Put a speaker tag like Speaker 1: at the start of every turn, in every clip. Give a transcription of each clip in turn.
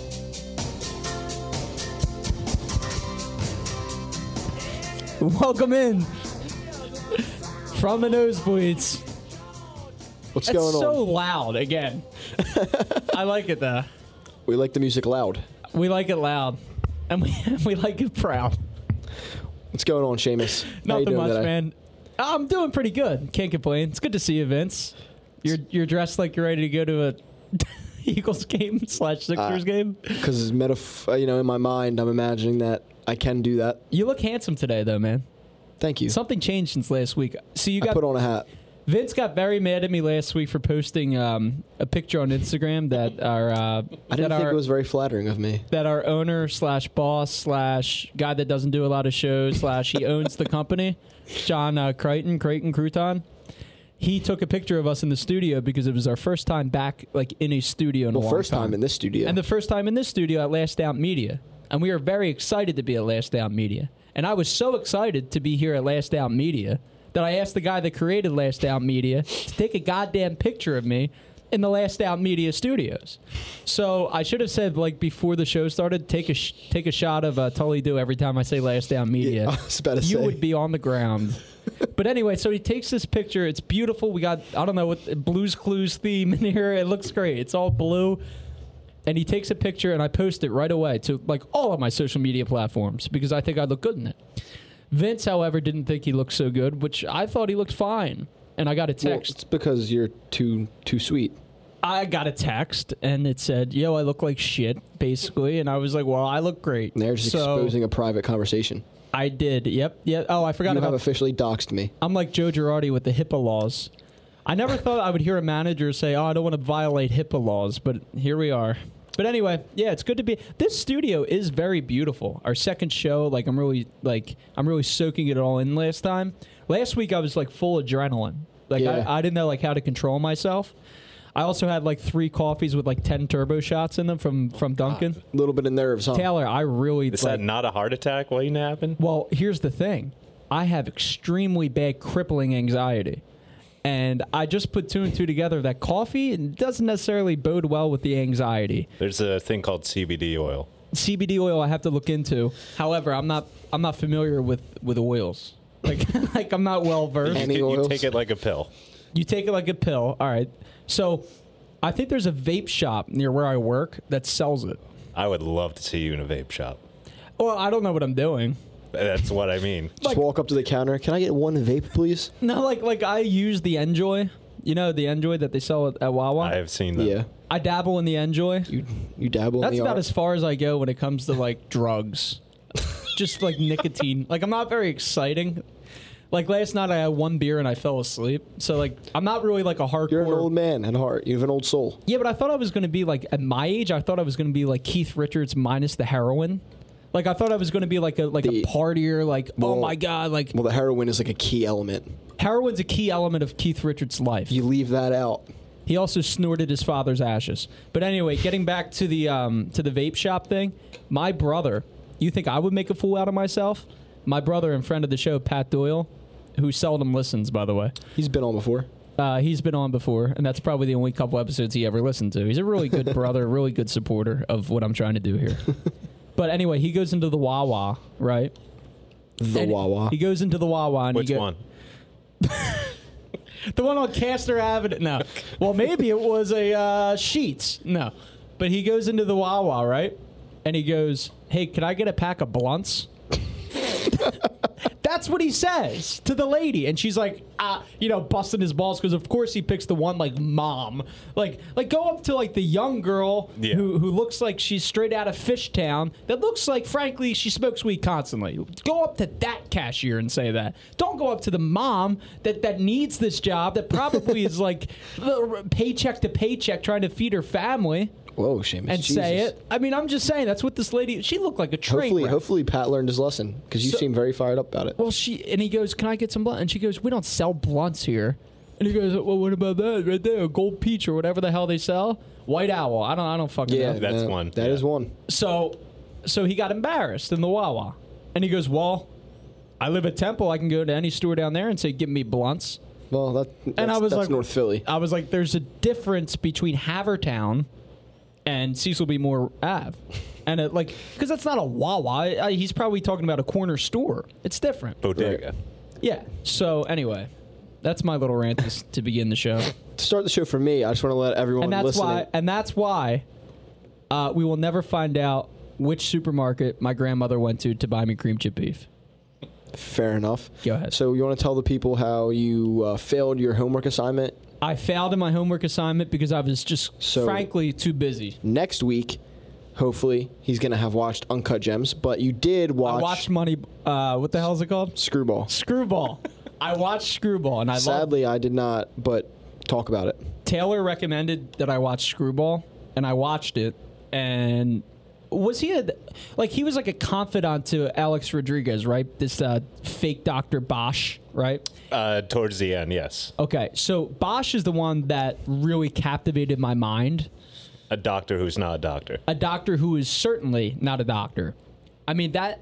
Speaker 1: Welcome in from the nosebleeds.
Speaker 2: What's
Speaker 1: That's
Speaker 2: going
Speaker 1: so
Speaker 2: on?
Speaker 1: loud again. I like it though.
Speaker 2: We like the music loud.
Speaker 1: We like it loud, and we we like it proud.
Speaker 2: What's going on, Seamus? How you
Speaker 1: Nothing
Speaker 2: doing
Speaker 1: much,
Speaker 2: today?
Speaker 1: man. I'm doing pretty good. Can't complain. It's good to see you, Vince. You're you're dressed like you're ready to go to a Eagles game slash Sixers game.
Speaker 2: Because metaf- uh, you know, in my mind, I'm imagining that I can do that.
Speaker 1: You look handsome today, though, man.
Speaker 2: Thank you.
Speaker 1: Something changed since last week. So you
Speaker 2: I
Speaker 1: got
Speaker 2: put on a hat.
Speaker 1: Vince got very mad at me last week for posting um, a picture on Instagram that our uh,
Speaker 2: I didn't
Speaker 1: that
Speaker 2: think
Speaker 1: our
Speaker 2: it was very flattering of me.
Speaker 1: that our owner slash boss slash guy that doesn't do a lot of shows slash he owns the company, John uh, Crichton Crichton Crouton. He took a picture of us in the studio because it was our first time back, like in a studio in a
Speaker 2: Well,
Speaker 1: long
Speaker 2: first time.
Speaker 1: time
Speaker 2: in this studio.
Speaker 1: and the first time in this studio at Last Out Media. And we are very excited to be at Last Out Media. And I was so excited to be here at Last Out Media that I asked the guy that created Last Out Media to take a goddamn picture of me in the Last Out Media studios. So I should have said like before the show started, take a sh- take a shot of uh, Tully Do every time I say Last Out Media.
Speaker 2: Yeah, I was about to
Speaker 1: you
Speaker 2: say.
Speaker 1: would be on the ground. but anyway, so he takes this picture. It's beautiful. We got I don't know what Blue's Clues theme in here. It looks great. It's all blue and he takes a picture and I post it right away to like all of my social media platforms because I think I look good in it. Vince, however, didn't think he looked so good, which I thought he looked fine. And I got a
Speaker 2: Well,
Speaker 1: text.
Speaker 2: it's because you're too too sweet.
Speaker 1: I got a text and it said, "Yo, I look like shit," basically, and I was like, "Well, I look great."
Speaker 2: And they're just
Speaker 1: so
Speaker 2: exposing a private conversation.
Speaker 1: I did. Yep. Yeah. Oh, I forgot
Speaker 2: You have
Speaker 1: about.
Speaker 2: officially doxed me.
Speaker 1: I'm like Joe Girardi with the HIPAA laws. I never thought I would hear a manager say, "Oh, I don't want to violate HIPAA laws," but here we are. But anyway, yeah, it's good to be. This studio is very beautiful. Our second show, like I'm really like I'm really soaking it all in. Last time, last week I was like full adrenaline. Like
Speaker 2: Yeah.
Speaker 1: I, I didn't know like how to control myself. I also had like three coffees with like ten turbo shots in them from from Duncan
Speaker 2: A little bit of nerves, huh?
Speaker 1: Taylor. I really
Speaker 3: Is
Speaker 1: like,
Speaker 3: that not a heart attack waiting to happen?
Speaker 1: well, here's the thing. I have extremely bad crippling anxiety. And I just put two and two together that coffee doesn't necessarily bode well with the anxiety.
Speaker 3: There's a thing called CBD oil.
Speaker 1: CBD oil I have to look into. However, I'm not I'm not familiar with with oils. Like like I'm not well versed.
Speaker 2: Any
Speaker 3: you, you
Speaker 2: oils?
Speaker 3: take it like a pill.
Speaker 1: You take it like a pill. All right. So, I think there's a vape shop near where I work that sells it.
Speaker 3: I would love to see you in a vape shop.
Speaker 1: Well, I don't know what I'm doing.
Speaker 3: That's what I mean.
Speaker 2: Just
Speaker 1: like-
Speaker 2: walk up to the counter. Can I get one vape, please?
Speaker 1: No, like like I use the Enjoy. You know the Enjoy that they sell at, at Wawa.
Speaker 3: I have seen that.
Speaker 2: Yeah.
Speaker 1: I dabble in the Enjoy.
Speaker 2: You you dabble
Speaker 1: That's
Speaker 2: in the
Speaker 1: about
Speaker 2: art.
Speaker 1: as far as I go when it comes to like drugs. Just like nicotine. Like I'm not very exciting. Like last night I had one beer and I fell asleep. So like I'm not really like a hardcore
Speaker 2: You're an old man at heart. You have an old soul.
Speaker 1: Yeah, but I thought I was going to be like at my age I thought I was going to be like Keith Richards minus the heroin. Like I thought I was going to be like a like
Speaker 2: The-
Speaker 1: a partier like oh
Speaker 2: Well-
Speaker 1: my god like
Speaker 2: Well, the heroin is like a key element.
Speaker 1: heroin's a key element of Keith Richards' life.
Speaker 2: You leave that out.
Speaker 1: He also snorted his father's ashes. But anyway, getting back to the um, to the vape shop thing, my brother. You think I would make a fool out of myself? My brother and friend of the show, Pat Doyle, who seldom listens, by the way.
Speaker 2: He's been on before.
Speaker 1: Uh, he's been on before, and that's probably the only couple episodes he ever listened to. He's a really good brother, really good supporter of what I'm trying to do here. but anyway, he goes into the Wawa, right?
Speaker 2: The
Speaker 1: And
Speaker 2: Wawa.
Speaker 1: He goes into the Wawa. And he
Speaker 3: Which
Speaker 1: go-
Speaker 3: one?
Speaker 1: The one on Castor Avenue. No. Well, maybe it was a uh, Sheets. No. But he goes into the Wawa, right? And he goes, Hey, can I get a pack of blunts? That's what he says to the lady. And she's like, ah, you know, busting his balls because, of course, he picks the one like mom. Like, like go up to like the young girl
Speaker 3: Yeah.
Speaker 1: who, who looks like she's straight out of Fishtown that looks like, frankly, she smokes weed constantly. Go up to that cashier and say that. Don't go up to the mom that, that needs this job that probably is like paycheck to paycheck trying to feed her family
Speaker 2: Whoa, Seamus.
Speaker 1: and
Speaker 2: Jesus.
Speaker 1: say it. I mean, I'm just saying that's what this lady, she looked like a train
Speaker 2: Hopefully,
Speaker 1: wreck.
Speaker 2: hopefully Pat learned his lesson because you
Speaker 1: So-
Speaker 2: seem very fired up about it.
Speaker 1: well, she and he goes, "Can I get some blunt?" And she goes, "We don't sell blunts here." And he goes, "Well, what about that right there? A gold peach or whatever the hell they sell? White owl? I don't, I don't fucking
Speaker 2: yeah,
Speaker 1: know."
Speaker 3: That's
Speaker 2: uh,
Speaker 3: one.
Speaker 2: That
Speaker 3: Yeah.
Speaker 2: is one.
Speaker 1: So, so he got embarrassed in the Wawa, and he goes, "Well, I live at Temple. I can go to any store down there and say, give me blunts.'"
Speaker 2: Well, that, that's,
Speaker 1: And I was
Speaker 2: that's
Speaker 1: like,
Speaker 2: North Philly.
Speaker 1: I was like, "There's a difference between Havertown and Cecil B. Moore Ave." and it like because that's not a Wawa. I, I, he's probably talking about a corner store. It's different.
Speaker 3: Bodega.
Speaker 1: Yeah. So anyway, that's my little rant is to begin the show,
Speaker 2: To start the show for me, I just want to let everyone
Speaker 1: and that's
Speaker 2: listening.
Speaker 1: why and that's why uh, we will never find out which supermarket my grandmother went to to buy me cream chip beef.
Speaker 2: Fair enough.
Speaker 1: Go ahead.
Speaker 2: So you want to tell the people how you uh, failed your homework assignment?
Speaker 1: I failed in my homework assignment because I was just
Speaker 2: So-
Speaker 1: frankly too busy.
Speaker 2: Next week, hopefully, he's gonna have watched Uncut Gems, but you did watch
Speaker 1: I watched Money. Uh, what the hell is it called?
Speaker 2: Screwball.
Speaker 1: Screwball. I watched Screwball, and I loved,
Speaker 2: Sadly, I did not, but talk about it.
Speaker 1: Taylor recommended that I watch Screwball, and I watched it. And was he a like he was like a confidant to Alex Rodriguez, right? This uh, fake Doctor Bosch, right?
Speaker 3: Uh, towards the end, yes.
Speaker 1: Okay, so Bosch is the one that really captivated my mind.
Speaker 3: A doctor who's not a doctor.
Speaker 1: a doctor who is certainly not a doctor. I mean that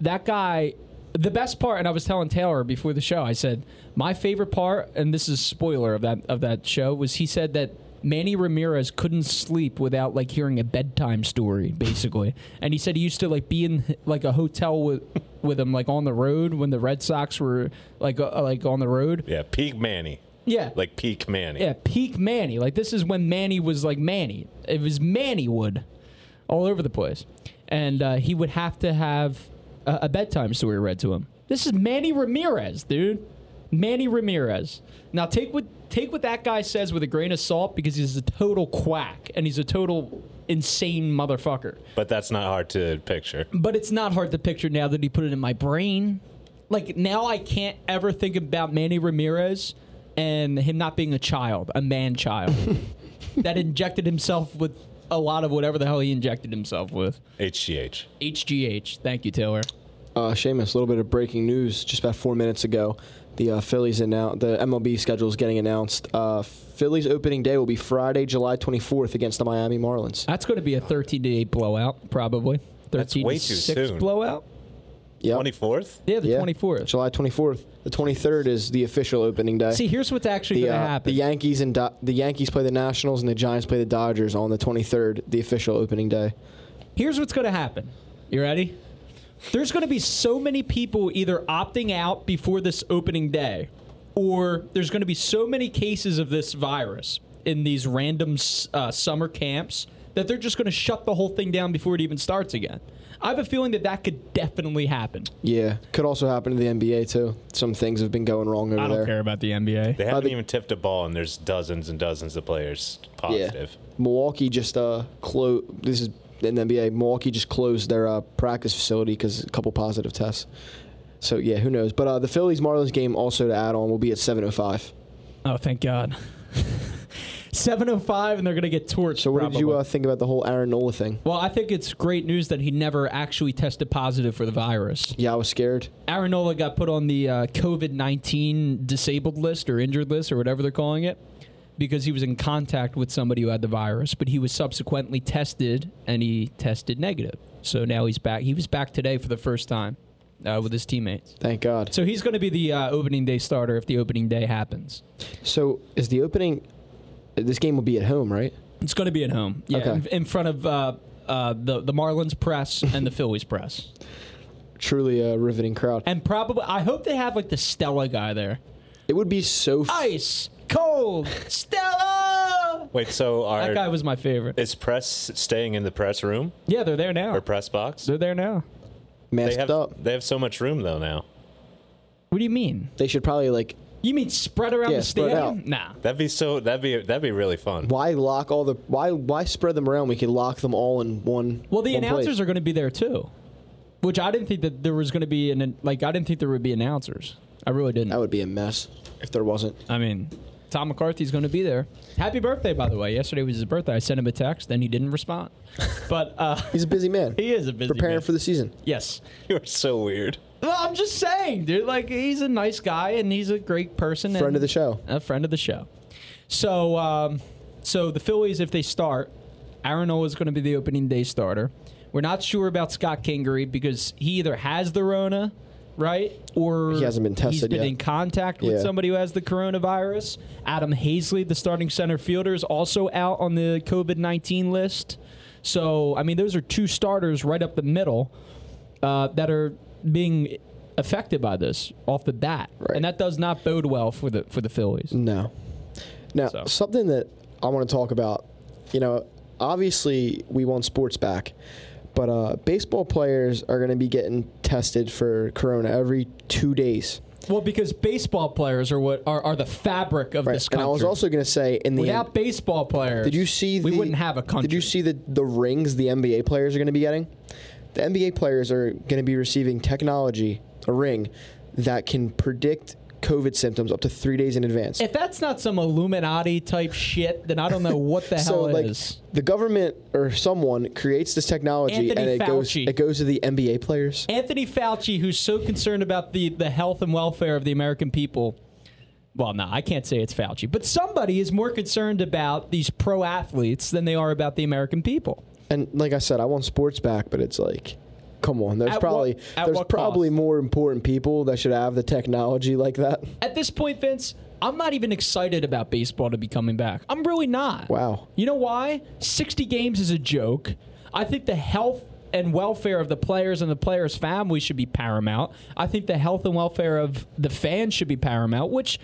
Speaker 1: that guy. The best part, and I was telling Taylor before the show, I said my favorite part, and this is spoiler of that of that show, was he said that Manny Ramirez couldn't sleep without like hearing a bedtime story, basically, and he said he used to like be in like a hotel with with him like on the road when the Red Sox were like uh, like on the road,
Speaker 3: Yeah, peak Manny.
Speaker 1: yeah,
Speaker 3: Like peak Manny.
Speaker 1: yeah, peak Manny. Like this is when Manny was like Manny. It was Manny Wood, all over the place, and uh, he would have to have a, a bedtime story read to him. This is Manny Ramirez, dude. Manny Ramirez. Now take what take what that guy says with a grain of salt because he's a total quack and he's a total insane motherfucker.
Speaker 3: But that's not hard to picture.
Speaker 1: But it's not hard to picture now that he put it in my brain. Like now I can't ever think about Manny Ramirez and him not being a child, a man child that injected himself with a lot of whatever the hell he injected himself with.
Speaker 3: HGH.
Speaker 1: HGH. Thank you, Taylor.
Speaker 2: Uh, Seamus, a little bit of breaking news just about four minutes ago. The uh, Phillies announced the MLB schedule is getting announced. Uh, Phillies opening day will be Friday, July 24th against the Miami Marlins.
Speaker 1: That's going to be a 13 to 8 blowout probably. 13 to
Speaker 3: way too
Speaker 1: 6
Speaker 3: soon.
Speaker 1: blowout.
Speaker 2: Yep.
Speaker 3: 24th?
Speaker 1: Yeah, the
Speaker 2: Yeah.
Speaker 1: 24th.
Speaker 2: July 24th. The 23rd is the official opening day.
Speaker 1: See, here's what's actually
Speaker 2: the,
Speaker 1: going to
Speaker 2: uh, the
Speaker 1: happen.
Speaker 2: Yankees and Do- the Yankees play the Nationals and the Giants play the Dodgers on the 23rd, the official opening day.
Speaker 1: Here's what's going to happen. You ready? There's going to be so many people either opting out before this opening day, or there's going to be so many cases of this virus in these random s- uh, summer camps that they're just going to shut the whole thing down before it even starts again. I have a feeling that that could definitely happen.
Speaker 2: Yeah, could also happen to the NBA too. Some things have been going wrong over
Speaker 1: I don't
Speaker 2: there.
Speaker 1: care about the NBA.
Speaker 3: They haven't
Speaker 2: the-
Speaker 3: even tipped a ball, and there's dozens and dozens of players positive.
Speaker 2: Yeah. Milwaukee just uh close. This is in the NBA. Milwaukee just closed their uh, practice facility because a couple positive tests. So yeah, who knows? But uh, the Phillies Marlins game also to add on will be at 7:05.
Speaker 1: Oh, thank God. 7.05, and they're going to get torched.
Speaker 2: So what did you
Speaker 1: probably.
Speaker 2: uh, think about the whole Aaron Nola thing?
Speaker 1: well, I think it's great news that he never actually tested positive for the virus.
Speaker 2: Yeah, I was scared.
Speaker 1: Aaronola got put on the uh, COVID 19 disabled list or injured list or whatever they're calling it because he was in contact with somebody who had the virus, but he was subsequently tested and he tested negative. So now he's back. He was back today for the first time uh, with his teammates.
Speaker 2: Thank God.
Speaker 1: So he's going to be the uh, opening day starter if the opening day happens.
Speaker 2: So is the opening? This game will be at home, right?
Speaker 1: It's going to be at home. Yeah,
Speaker 2: Okay.
Speaker 1: in, in front of uh, uh, the, the Marlins press and the Phillies press.
Speaker 2: Truly a riveting crowd.
Speaker 1: And probably, I hope they have like the Stella guy there.
Speaker 2: It would be so. F-
Speaker 1: Ice, cold, Stella!
Speaker 3: Wait, so
Speaker 1: That
Speaker 3: are
Speaker 1: guy was my favorite.
Speaker 3: is press staying in the press room
Speaker 1: Yeah, they're there now.
Speaker 3: or press box?
Speaker 1: They're there now.
Speaker 3: They
Speaker 2: masked
Speaker 3: have
Speaker 2: up.
Speaker 3: they have so much room though now.
Speaker 1: What do you mean?
Speaker 2: They should probably like.
Speaker 1: You mean spread around
Speaker 2: Yeah,
Speaker 1: the
Speaker 2: spread
Speaker 1: stadium? Nah.
Speaker 3: That'd be so. That'd be that'd be really fun.
Speaker 2: Why lock all the? Why why spread them around? We could lock them all in one.
Speaker 1: Well, the
Speaker 2: one place.
Speaker 1: announcers are going to be there too, which I didn't think that there was going to be an like. I didn't think there would be announcers. I really didn't.
Speaker 2: That would be a mess if there wasn't.
Speaker 1: I mean, Tom McCarthy's going to be there. Happy birthday, by the way. Yesterday was his birthday. I sent him a text, and he didn't respond. But uh,
Speaker 2: He's a busy man.
Speaker 1: he is a busy
Speaker 2: preparing
Speaker 1: man.
Speaker 2: for the season.
Speaker 1: yes.
Speaker 3: You're so weird.
Speaker 1: Well, I'm just saying, dude. Like, he's a nice guy, and he's a great person.
Speaker 2: Friend
Speaker 1: and-
Speaker 2: of the show.
Speaker 1: a friend of the show. So, um, so the Phillies, if they start, Aaron is going to be the opening day starter. We're not sure about Scott Kingery because he either has the Rona, right, or
Speaker 2: He hasn't been
Speaker 1: He's
Speaker 2: tested
Speaker 1: been
Speaker 2: yet.
Speaker 1: in contact with
Speaker 2: Yeah.
Speaker 1: somebody who has the coronavirus. Adam Hazley, the starting center fielder, is also out on the COVID nineteen list. So I mean, those are two starters right up the middle uh, that are being affected by this off the bat,
Speaker 2: Right.
Speaker 1: and that does not bode well for the for the Phillies.
Speaker 2: No. Now,
Speaker 1: So.
Speaker 2: something that I want to talk about, you know, obviously we want sports back, but uh, baseball players are going to be getting tested for corona every two days.
Speaker 1: Well, because baseball players are what are, are the fabric of this
Speaker 2: And
Speaker 1: country.
Speaker 2: I was also going to say in the
Speaker 1: Without baseball players,
Speaker 2: did you see
Speaker 1: we
Speaker 2: the-
Speaker 1: wouldn't have a country.
Speaker 2: Did you see the the rings the NBA players are going to be getting? The NBA players are going to be receiving technology, a ring that can predict COVID symptoms up to three days in advance.
Speaker 1: If that's not some Illuminati type shit, then I don't know what the
Speaker 2: so
Speaker 1: hell it
Speaker 2: like
Speaker 1: is.
Speaker 2: the government or someone creates this technology
Speaker 1: Anthony
Speaker 2: and it goes
Speaker 1: Fauci.
Speaker 2: it goes to the NBA players.
Speaker 1: Anthony Fauci, who's so concerned about the, the health and welfare of the American people. Well, no, I can't say it's Fauci, but somebody is more concerned about these pro athletes than they are about the American people.
Speaker 2: And like I said, I want sports back, but it's like come on, there's
Speaker 1: At what-
Speaker 2: probably
Speaker 1: at
Speaker 2: there's
Speaker 1: what
Speaker 2: probably
Speaker 1: cost?
Speaker 2: more important people that should have the technology like that.
Speaker 1: At this point, Vince, I'm not even excited about baseball to be coming back. I'm really not.
Speaker 2: Wow.
Speaker 1: You know why? 60 games is a joke. I think the health and welfare of the players and the players' family should be paramount. I think the health and welfare of the fans should be paramount, which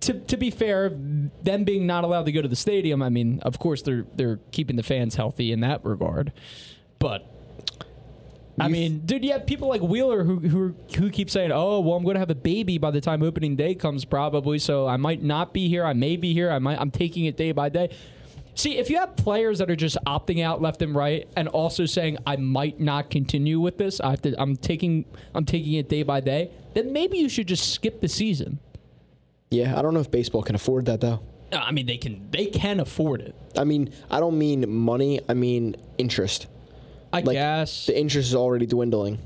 Speaker 1: to, to be fair, them being not allowed to go to the stadium, I mean, of course they're they're keeping the fans healthy in that regard. But I
Speaker 2: You-
Speaker 1: mean, dude, you have people like Wheeler who who who keep saying, "Oh, well, I'm going to have a baby by the time opening day comes, probably. So I might not be here. I may be here. I might. I'm taking it day by day." See, if you have players that are just opting out left and right, and also saying, "I might not continue with this. I have to. I'm taking. I'm taking it day by day." Then maybe you should just skip the season.
Speaker 2: Yeah, I don't know if baseball can afford that though.
Speaker 1: No, I mean, they can. They can afford it.
Speaker 2: I mean, I don't mean money. I mean interest.
Speaker 1: I
Speaker 2: Like
Speaker 1: guess.
Speaker 2: the interest is already dwindling.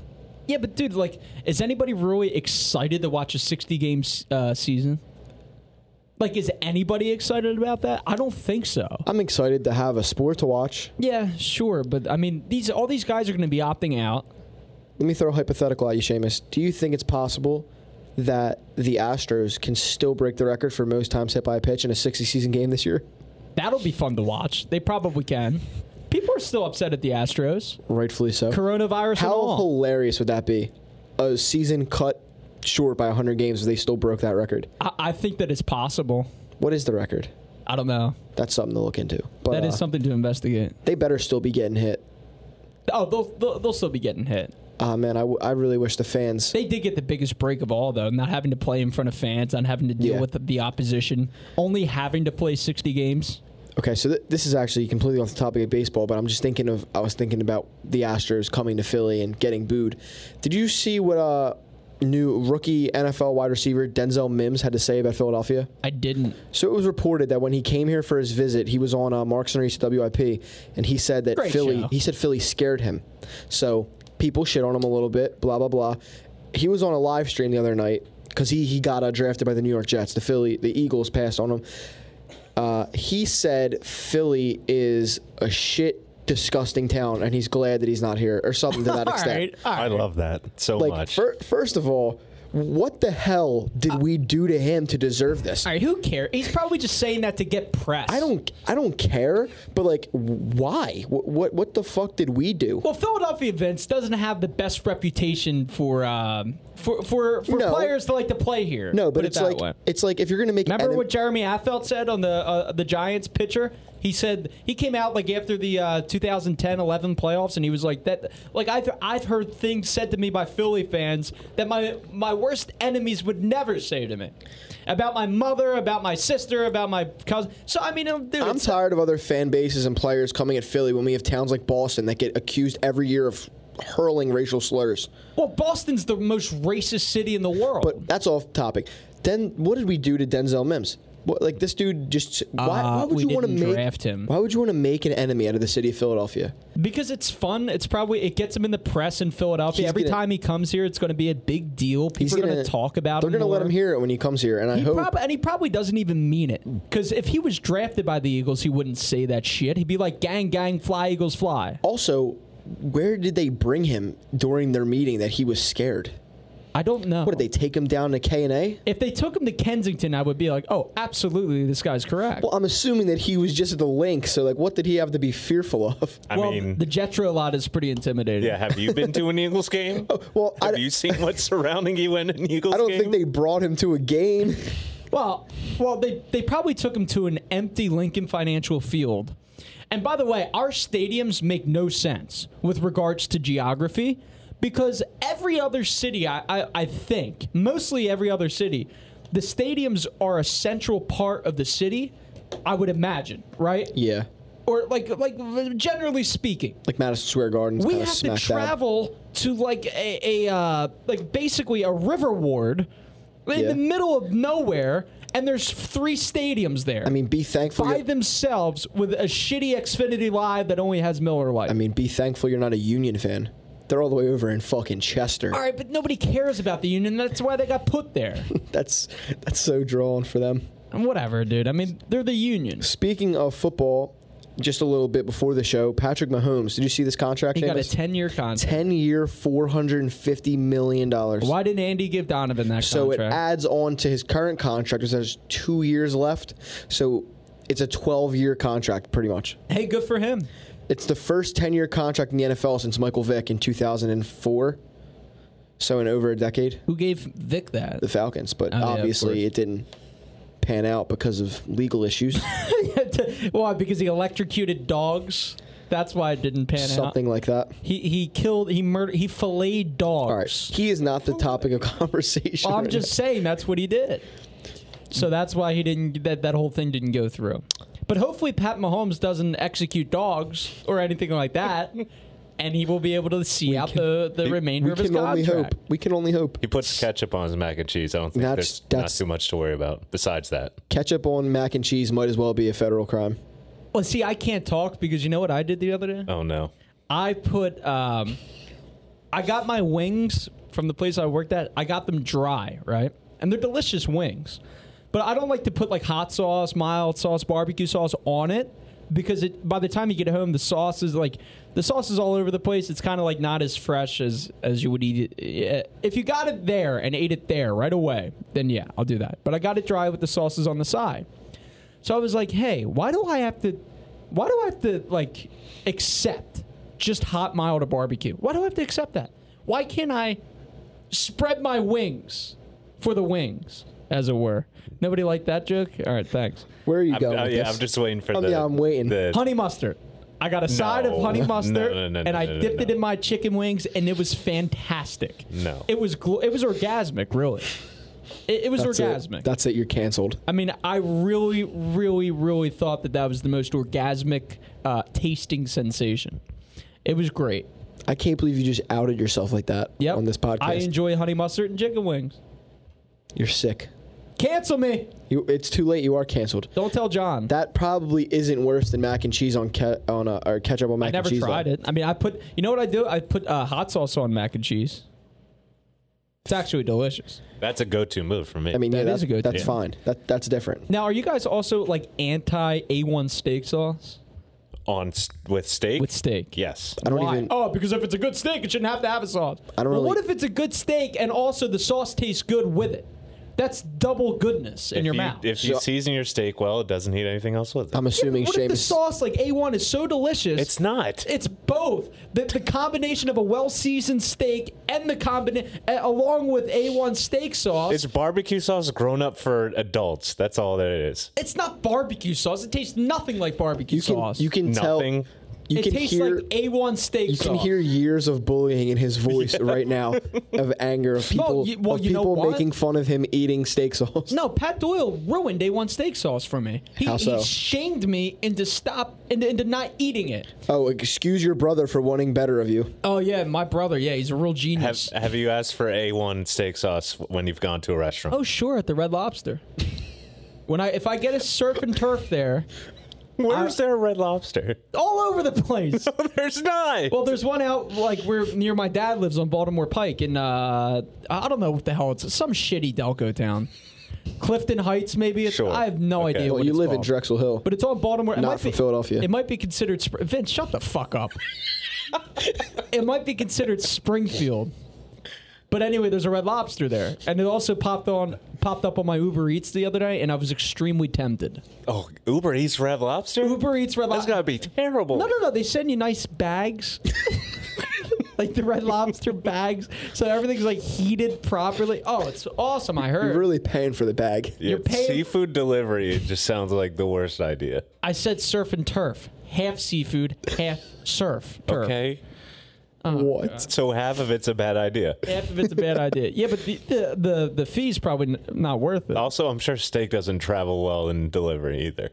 Speaker 1: yeah, but dude, like, is anybody really excited to watch a 60 game s- uh, season? Like, is anybody excited about that? I don't think so.
Speaker 2: I'm excited to have a sport to watch.
Speaker 1: Yeah, sure, but I mean, these all these guys are going to be opting out.
Speaker 2: Let me throw a hypothetical at you, Seamus. Do you think it's possible that the Astros can still break the record for most times hit by a pitch in a 60 season game this year?
Speaker 1: That'll be fun to watch. They probably can. People are still upset at the Astros,
Speaker 2: Rightfully so.
Speaker 1: coronavirus and
Speaker 2: How
Speaker 1: all.
Speaker 2: hilarious would that be? A season cut short by 100 games, they still broke that record.
Speaker 1: I, I think that it's possible.
Speaker 2: What is the record?
Speaker 1: I don't know.
Speaker 2: That's something to look into. But
Speaker 1: That is
Speaker 2: uh,
Speaker 1: something to investigate.
Speaker 2: they better still be getting hit.
Speaker 1: Oh, they'll, they'll they'll still be getting hit.
Speaker 2: Ah man, I, w- I really wish the fans.
Speaker 1: They did get the biggest break of all, though, not having to play in front of fans, not having to deal
Speaker 2: Yeah.
Speaker 1: with the, the opposition, only having to play 60 games.
Speaker 2: Okay, so th- this is actually completely off the topic of baseball, but I'm just thinking of I was thinking about the Astros coming to Philly and getting booed. Did you see what uh new rookie NFL wide receiver Denzel Mims had to say about Philadelphia?
Speaker 1: I didn't.
Speaker 2: So it was reported that when he came here for his visit, he was on uh, Marks and Reese WIP, and he said that
Speaker 1: Great
Speaker 2: Philly.
Speaker 1: show.
Speaker 2: He said Philly scared him. So people shit on him a little bit. Blah blah blah. He was on a live stream the other night because he he got uh, drafted by the New York Jets. The Philly the Eagles passed on him. Uh, he said Philly is a shit disgusting town, and he's glad that he's not here or something to that
Speaker 1: All
Speaker 2: extent.
Speaker 1: right. All right.
Speaker 3: I love that so
Speaker 2: Like
Speaker 3: much.
Speaker 2: fir- first of all. What the hell did
Speaker 1: Uh,
Speaker 2: we do to him to deserve this?
Speaker 1: All right, who cares? He's probably just saying that to get press.
Speaker 2: I don't I don't care, but like why? What what, what the fuck did we do?
Speaker 1: Well, Philadelphia Vince doesn't have the best reputation for um, for for, for
Speaker 2: No.
Speaker 1: players to like to play here.
Speaker 2: no,
Speaker 1: Put
Speaker 2: but
Speaker 1: it
Speaker 2: it's
Speaker 1: that
Speaker 2: like
Speaker 1: way.
Speaker 2: it's like if you're going to make
Speaker 1: Remember
Speaker 2: enem-
Speaker 1: what Jeremy Affelt said on the uh, the Giants pitcher? He said he came out like after the uh, 2010-11 playoffs, and he was like that. Like I've I've heard things said to me by Philly fans that my my worst enemies would never say to me about my mother, about my sister, about my cousin. So I mean, um, dude,
Speaker 2: I'm
Speaker 1: it's-
Speaker 2: tired of other fan bases and players coming at Philly when we have towns like Boston that get accused every year of hurling racial slurs.
Speaker 1: well, Boston's the most racist city in the world.
Speaker 2: But that's off topic. Then what did we do to Denzel Mims? What, like this dude just why,
Speaker 1: Uh,
Speaker 2: why would
Speaker 1: we
Speaker 2: you want to
Speaker 1: didn't
Speaker 2: make
Speaker 1: draft him.
Speaker 2: Why would you want to make an enemy out of the city of Philadelphia?
Speaker 1: Because it's fun. It's probably it gets him in the press in Philadelphia.
Speaker 2: He's
Speaker 1: Every
Speaker 2: gonna-
Speaker 1: time he comes here, it's going to be a big deal.
Speaker 2: He's
Speaker 1: People are going to talk about
Speaker 2: They're
Speaker 1: him.
Speaker 2: gonna let
Speaker 1: more.
Speaker 2: him hear it when he comes here, and I
Speaker 1: He
Speaker 2: hope
Speaker 1: prob- and he probably doesn't even mean it.
Speaker 2: Hmm.
Speaker 1: Because if he was drafted by the Eagles, he wouldn't say that shit. He'd be like, "Gang, gang, fly, Eagles, fly."
Speaker 2: Also, where did they bring him during their meeting that he was scared?
Speaker 1: I don't know.
Speaker 2: What did they take him down to K and A?
Speaker 1: If they took him to Kensington, I would be like, oh, absolutely, this guy's correct.
Speaker 2: Well, I'm assuming that he was just at the link. So like, what did he have to be fearful of?
Speaker 3: I
Speaker 1: Well,
Speaker 3: mean,
Speaker 1: the Jetro lot is pretty intimidating.
Speaker 3: yeah. Have you been to an Eagles game?
Speaker 2: Oh, well, I
Speaker 3: have
Speaker 2: d-
Speaker 3: you seen what's surrounding you in an Eagles game?
Speaker 2: I don't think they brought him to a game.
Speaker 1: Well, well, they they probably took him to an empty Lincoln Financial Field. And by the way, our stadiums make no sense with regards to geography because every other city, I, I, I think, mostly every other city, the stadiums are a central part of the city. I would imagine, right?
Speaker 2: yeah,
Speaker 1: Or like, like generally speaking,
Speaker 2: like Madison Square Garden.
Speaker 1: we have to travel to like a, a uh, like basically a river ward in
Speaker 2: Yeah.
Speaker 1: the middle of nowhere, and there's three stadiums there.
Speaker 2: I mean, be thankful.
Speaker 1: by
Speaker 2: you're-
Speaker 1: themselves with a shitty Xfinity Live that only has Miller Lite.
Speaker 2: I mean, be thankful you're not a Union fan. They're all the way over in fucking Chester.
Speaker 1: all right, but nobody cares about the union. That's why they got put there.
Speaker 2: That's that's so drawn for them.
Speaker 1: And Whatever, dude. I mean, they're the union.
Speaker 2: Speaking of football, just a little bit before the show, Patrick Mahomes. Did you see this contract?
Speaker 1: He got a
Speaker 2: Seamus?
Speaker 1: ten-year contract.
Speaker 2: ten year, four hundred and fifty million dollars.
Speaker 1: Why didn't Andy give Donovan that
Speaker 2: So it
Speaker 1: contract?
Speaker 2: adds on to his current contract, which has two years left. So it's a twelve year contract, pretty much.
Speaker 1: hey, good for him.
Speaker 2: It's the first ten year contract in the NFL since Michael Vick in two thousand and four. So in over a decade,
Speaker 1: Who gave Vic that?
Speaker 2: the Falcons, but
Speaker 1: Oh, yeah, of
Speaker 2: obviously
Speaker 1: course.
Speaker 2: it didn't pan out because of legal issues,
Speaker 1: why? Because he electrocuted dogs. That's why it didn't pan out.
Speaker 2: something like that.
Speaker 1: He he killed he murdered he filleted dogs.
Speaker 2: All right, he is not the topic of conversation.
Speaker 1: Well, I'm
Speaker 2: right
Speaker 1: just saying that's what he did. So that's why he didn't that that whole thing didn't go through. But hopefully Pat Mahomes doesn't execute dogs or anything like that, and he will be able to see out the the remainder
Speaker 2: now.
Speaker 1: of
Speaker 2: we
Speaker 1: his
Speaker 2: can only
Speaker 1: contract.
Speaker 2: hope. We can only hope.
Speaker 3: He puts ketchup on his mac and cheese. I don't think
Speaker 2: That's-
Speaker 3: there's
Speaker 2: that's-
Speaker 3: not too much to worry about besides that.
Speaker 2: Ketchup on mac and cheese might as well be a federal crime.
Speaker 1: Well, see, I can't talk because you know what I did the other day.
Speaker 3: Oh no.
Speaker 1: I put um, I got my wings from the place I worked at. I got them dry, right? And they're delicious wings. But I don't like to put like hot sauce, mild sauce, barbecue sauce on it because it by the time you get home the sauce is like the sauce is all over the place. It's kind of like not as fresh as as you would eat it. eh, If you got it there and ate it there right away, then yeah, I'll do that. But I got it dry with the sauces on the side. So I was like, hey, why do I have to why do I have to like accept just hot mild or barbecue? Why do I have to accept that? Why can't I spread my wings for the wings, as it were? Nobody liked that joke? All right, thanks.
Speaker 2: Where are you
Speaker 3: I'm,
Speaker 2: going?
Speaker 3: uh,
Speaker 2: with
Speaker 3: yeah,
Speaker 2: this?
Speaker 3: I'm just waiting for
Speaker 2: Oh,
Speaker 3: the.
Speaker 2: yeah, I'm waiting.
Speaker 3: the-
Speaker 1: Honey mustard. I got a side of
Speaker 3: No.
Speaker 1: honey
Speaker 3: No,
Speaker 1: mustard,
Speaker 3: no, no, no,
Speaker 1: and I
Speaker 3: no, no,
Speaker 1: dipped it
Speaker 3: no.
Speaker 1: in my chicken wings, and it was fantastic.
Speaker 3: No.
Speaker 1: it was gl- it was orgasmic, really. It, it was
Speaker 2: That's
Speaker 1: orgasmic.
Speaker 2: It. That's it. You're canceled.
Speaker 1: I mean, I really, really, really thought that that was the most orgasmic uh, tasting sensation. It was great.
Speaker 2: I can't believe you just outed yourself like that
Speaker 1: Yep.
Speaker 2: on this podcast.
Speaker 1: I enjoy honey mustard and chicken wings.
Speaker 2: You're sick.
Speaker 1: Cancel me.
Speaker 2: You, it's too late. You are canceled.
Speaker 1: Don't tell John.
Speaker 2: That probably isn't worse than mac and cheese on ke- on uh, or ketchup on mac
Speaker 1: I never
Speaker 2: and cheese.
Speaker 1: tried it. I mean, I put. You know what I do? I put uh, hot sauce on mac and cheese. It's actually delicious.
Speaker 3: that's a go-to move for me.
Speaker 2: I mean, yeah,
Speaker 1: That is a good
Speaker 2: That's
Speaker 1: thing.
Speaker 2: fine. That that's different.
Speaker 1: Now, are you guys also like anti A1 steak sauce
Speaker 3: on s- with steak.
Speaker 1: with steak?
Speaker 3: yes.
Speaker 2: I don't
Speaker 1: Why?
Speaker 2: even.
Speaker 1: Oh, because if it's a good steak, it shouldn't have to have a sauce.
Speaker 2: I don't
Speaker 1: Well,
Speaker 2: really-
Speaker 1: What if it's a good steak and also the sauce tastes good with it? That's double goodness in
Speaker 3: if
Speaker 1: your
Speaker 3: you,
Speaker 1: mouth.
Speaker 3: If you
Speaker 2: So-
Speaker 3: season your steak well, it doesn't need anything else with it.
Speaker 1: Yeah,
Speaker 2: I'm
Speaker 1: but
Speaker 2: assuming
Speaker 1: what if the
Speaker 2: Seamus.
Speaker 1: sauce like A1 is so delicious?
Speaker 3: it's not.
Speaker 1: It's both the, the combination of a well-seasoned steak and the combination along with A1 steak sauce.
Speaker 3: It's barbecue sauce grown up for adults. That's all that it is.
Speaker 1: It's not barbecue sauce. It tastes nothing like barbecue
Speaker 2: you can
Speaker 1: sauce.
Speaker 2: you can
Speaker 3: Nothing.
Speaker 2: tell. You
Speaker 1: it
Speaker 2: can
Speaker 1: tastes
Speaker 2: hear.
Speaker 1: like A1 steak
Speaker 2: you
Speaker 1: sauce.
Speaker 2: can hear years of bullying in his voice right now, of anger of people,
Speaker 1: you- well,
Speaker 2: of
Speaker 1: you know
Speaker 2: people
Speaker 1: what?
Speaker 2: making fun of him eating steak sauce.
Speaker 1: No, Pat Doyle ruined A1 steak sauce for me. He,
Speaker 2: How so?
Speaker 1: he shamed me into stop into, into not eating it.
Speaker 2: Oh, excuse your brother for wanting better of you.
Speaker 1: Oh yeah, my brother. Yeah, he's a real
Speaker 3: Have
Speaker 1: genius.
Speaker 3: Have you asked for A1 steak sauce when you've gone to a restaurant?
Speaker 1: oh sure, at the Red Lobster. when I if I get a surf and turf there,
Speaker 3: Where's there a Red Lobster?
Speaker 1: all over the place.
Speaker 3: There's not.
Speaker 1: Well, there's one out like where near my dad lives on Baltimore Pike, and uh, I don't know what the hell it's some shitty Delco town, Clifton Heights maybe. It's,
Speaker 3: Sure.
Speaker 1: I have no
Speaker 3: Okay.
Speaker 1: idea.
Speaker 3: Well,
Speaker 1: what
Speaker 2: Well, you
Speaker 1: it's
Speaker 2: live in
Speaker 1: called.
Speaker 2: Drexel Hill.
Speaker 1: but it's on Baltimore. It
Speaker 2: Not
Speaker 1: might
Speaker 2: from
Speaker 1: be-
Speaker 2: Philadelphia.
Speaker 1: It might be considered. Spr- Vince, shut the fuck up. it might be considered Springfield. But anyway, there's a Red Lobster there, and it also popped on popped up on my Uber Eats the other day, and I was extremely tempted.
Speaker 3: Oh, Uber Eats Red Lobster?
Speaker 1: Uber Eats Red
Speaker 3: That's
Speaker 1: Lobster.
Speaker 3: gotta be terrible.
Speaker 1: No, no, no. They send you nice bags. like the Red Lobster bags. So everything's like heated properly. Oh, it's awesome. I heard.
Speaker 2: You're really paying for the bag.
Speaker 3: Yeah,
Speaker 1: You're paying-
Speaker 3: Seafood delivery it just sounds like the worst idea.
Speaker 1: I said surf and turf. Half seafood, half surf. Turf.
Speaker 3: Okay.
Speaker 1: Uh-huh.
Speaker 2: what?
Speaker 3: So half of it's a bad idea.
Speaker 1: Half of it's a bad idea. Yeah, but the the, the, the fee's probably n- not worth it.
Speaker 3: Also, I'm sure steak doesn't travel well in delivery either.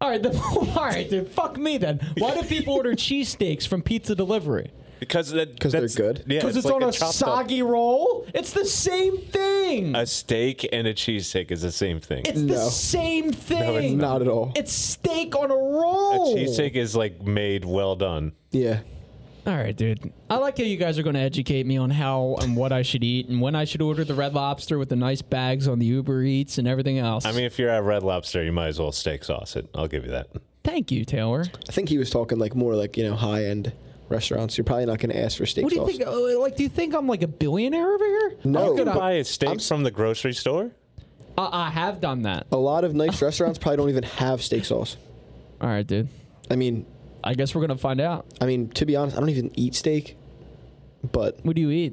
Speaker 1: All right, then, all right, dude. Fuck me then. Why do people order cheesesteaks from pizza delivery?
Speaker 3: Because that,
Speaker 2: 'Cause they're
Speaker 3: that's-
Speaker 2: good?
Speaker 3: Yeah,
Speaker 1: Because it's,
Speaker 3: like
Speaker 1: on a,
Speaker 3: chopped up-
Speaker 1: soggy roll. It's the same thing.
Speaker 3: A steak and a cheesesteak is the same thing.
Speaker 1: it's the
Speaker 2: No.
Speaker 1: same thing.
Speaker 3: it's
Speaker 2: Not at all.
Speaker 1: It's steak on a
Speaker 3: a
Speaker 1: roll.
Speaker 3: cheesesteak is like made well done.
Speaker 2: Yeah.
Speaker 1: All right, dude. I like how you guys are going to educate me on how and what I should eat and when I should order the red lobster with the nice bags on the Uber Eats and everything else.
Speaker 3: I mean, if you're at Red Lobster, you might as well steak sauce it. I'll give you that.
Speaker 1: thank you, Taylor.
Speaker 2: I think he was talking like more like, you know, high end restaurants. You're probably not going to ask for steak
Speaker 1: What do you
Speaker 2: sauce.
Speaker 1: think? oh, Like, do you think I'm like a billionaire over here?
Speaker 2: No.
Speaker 1: I'm
Speaker 3: You
Speaker 1: gonna-
Speaker 3: can buy a steak
Speaker 2: I'm s-
Speaker 3: from the grocery store.
Speaker 1: Uh, I, I have done that.
Speaker 2: A lot of nice restaurants probably don't even have steak sauce.
Speaker 1: All right, dude.
Speaker 2: I mean,
Speaker 1: I guess we're gonna find out.
Speaker 2: I mean, to be honest, I don't even eat steak, but
Speaker 1: What do you eat?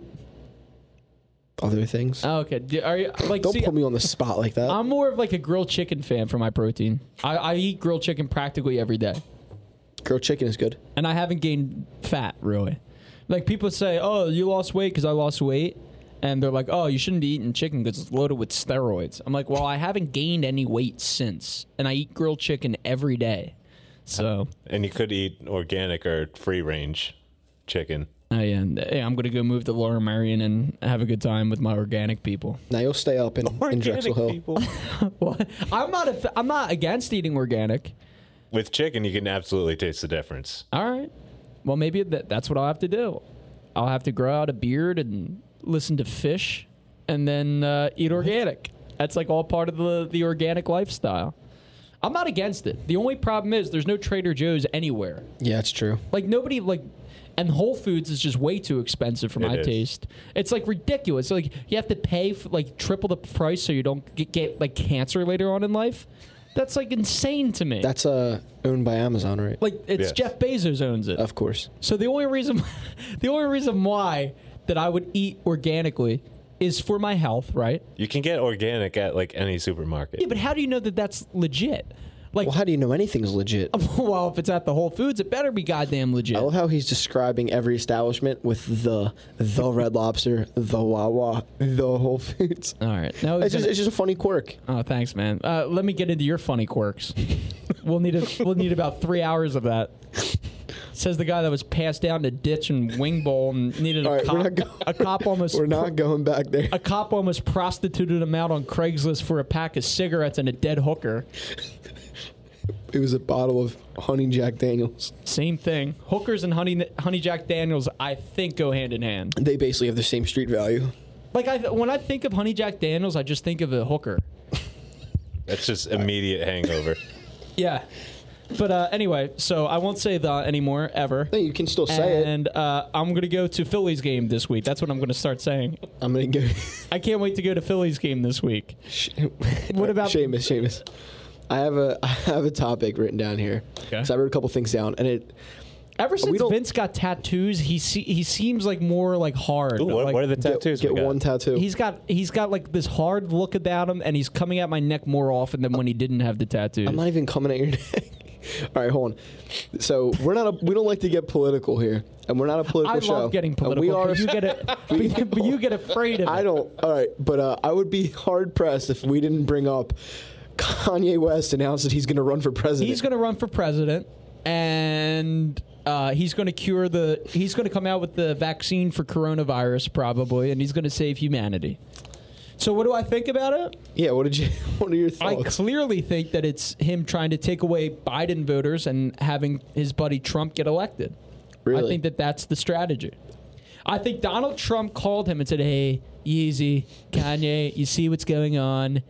Speaker 2: other things.
Speaker 1: Oh, okay. Do- Are you like?
Speaker 2: Don't
Speaker 1: see, uh, um,
Speaker 2: put me on the spot like that.
Speaker 1: I'm more of like a grilled chicken fan for my protein. I, I eat grilled chicken practically every day.
Speaker 2: Grilled chicken is good.
Speaker 1: and I haven't gained fat really. Like people say, "Oh, you lost weight because I lost weight," and they're like, "Oh, you shouldn't be eating chicken because it's loaded with steroids." I'm like, "Well, I haven't gained any weight since, and I eat grilled chicken every day." So,
Speaker 3: And you could eat organic or free range chicken.
Speaker 1: I am- hey, I'm gonna go move to Laura Marion and have a good time with my organic people.
Speaker 2: Now you'll stay up in, in Drexel Hill.
Speaker 3: people.
Speaker 1: well, I'm not. A, I'm not against eating organic.
Speaker 3: With chicken, you can absolutely taste the difference.
Speaker 1: All right. Well, maybe that, that's what I'll have to do. I'll have to grow out a beard and listen to fish and then uh, eat organic. That's like all part of the, the organic lifestyle. I'm not against it. The only problem is there's no Trader Joe's anywhere.
Speaker 2: Yeah, it's true.
Speaker 1: Like nobody like and Whole Foods is just way too expensive for my
Speaker 3: is.
Speaker 1: taste. It's like ridiculous. Like you have to pay for, like triple the price so you don't get, get like cancer later on in life. That's like insane to me.
Speaker 2: That's uh, owned by Amazon, right?
Speaker 1: like it's
Speaker 3: Yes.
Speaker 1: Jeff Bezos owns it.
Speaker 2: of course.
Speaker 1: So the only reason, the only reason why that I would eat organically is for my health, right?
Speaker 3: You can get organic at like any supermarket.
Speaker 1: Yeah, but how do you know that that's legit? Like,
Speaker 2: Well, how do you know anything's legit?
Speaker 1: well, if it's at the Whole Foods, it better be goddamn legit.
Speaker 2: I love how he's describing every establishment with the the Red Lobster, the Wawa, the Whole Foods.
Speaker 1: All right, no,
Speaker 2: It's just, it's just a funny quirk.
Speaker 1: oh, thanks, man. Uh, let me get into your funny quirks. we'll need a, we'll need about three hours of that. Says the guy that was passed down in a ditch and wing bowl and needed a
Speaker 2: All right,
Speaker 1: cop.
Speaker 2: we're not go-
Speaker 1: a cop almost
Speaker 2: We're not going back there.
Speaker 1: a cop almost prostituted him out on Craigslist for a pack of cigarettes and a dead hooker.
Speaker 2: It was a bottle of Honey Jack Daniels.
Speaker 1: Same thing. Hookers and honey honey Jack Daniels, I think, go hand in hand.
Speaker 2: They basically have the same street value.
Speaker 1: Like I, when I think of honey Jack Daniels, I just think of a hooker.
Speaker 3: That's just immediate hangover.
Speaker 1: Yeah. But uh, anyway, so I won't say the anymore ever.
Speaker 2: No, you can still say it.
Speaker 1: And uh, I'm gonna go to Phillies game this week. That's what I'm gonna start saying.
Speaker 2: I'm gonna go.
Speaker 1: I can't wait to go to Phillies game this week.
Speaker 2: what
Speaker 1: about-
Speaker 2: Seamus? Seamus, I have a I have a topic written down here.
Speaker 1: Okay.
Speaker 2: So I wrote a couple things down, and it
Speaker 1: Ever since
Speaker 2: don't-
Speaker 1: Vince got tattoos, he se- he seems like more like hard.
Speaker 3: Ooh, what,
Speaker 1: Like,
Speaker 3: what are the
Speaker 2: get,
Speaker 3: tattoos?
Speaker 2: get
Speaker 3: we got?
Speaker 2: one tattoo.
Speaker 1: He's got he's got like this hard look about him, and he's coming at my neck more often than when he didn't have the tattoos.
Speaker 2: I'm not even coming at your neck. All right, hold on. So we're not a, we don't like to get political here, and we're not a political
Speaker 1: I
Speaker 2: show.
Speaker 1: love getting
Speaker 2: And
Speaker 1: political.
Speaker 2: We
Speaker 1: but
Speaker 2: are.
Speaker 1: you get a, but, but you get afraid of it.
Speaker 2: I don't. All right, but uh, I would be hard pressed if we didn't bring up Kanye West announced that he's going to run for president.
Speaker 1: He's going to run for president, and uh, he's going to cure the. He's going to come out with the vaccine for coronavirus probably, and he's going to save humanity. So what do I think about it?
Speaker 2: yeah. What did you? What are your
Speaker 1: I
Speaker 2: thoughts?
Speaker 1: clearly think that it's him trying to take away Biden voters and having his buddy Trump get elected. I
Speaker 2: Really?
Speaker 1: think that that's the strategy. I think Donald Trump called him and said, "Hey, Yeezy, Kanye, you see what's going on?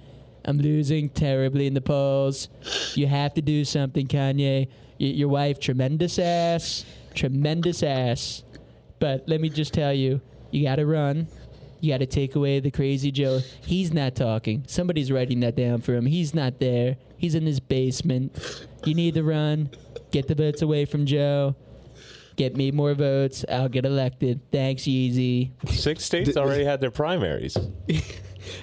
Speaker 1: I'm losing terribly in the polls. You have to do something, Kanye. Y- your wife, tremendous ass, tremendous ass. But let me just tell you, you got to run. You got to take away the crazy Joe. He's not talking. Somebody's writing that down for him. He's not there. He's in his basement. You need to run. Get the votes away from Joe. Get me more votes. I'll get elected. Thanks, Yeezy.
Speaker 3: Six states already had their primaries.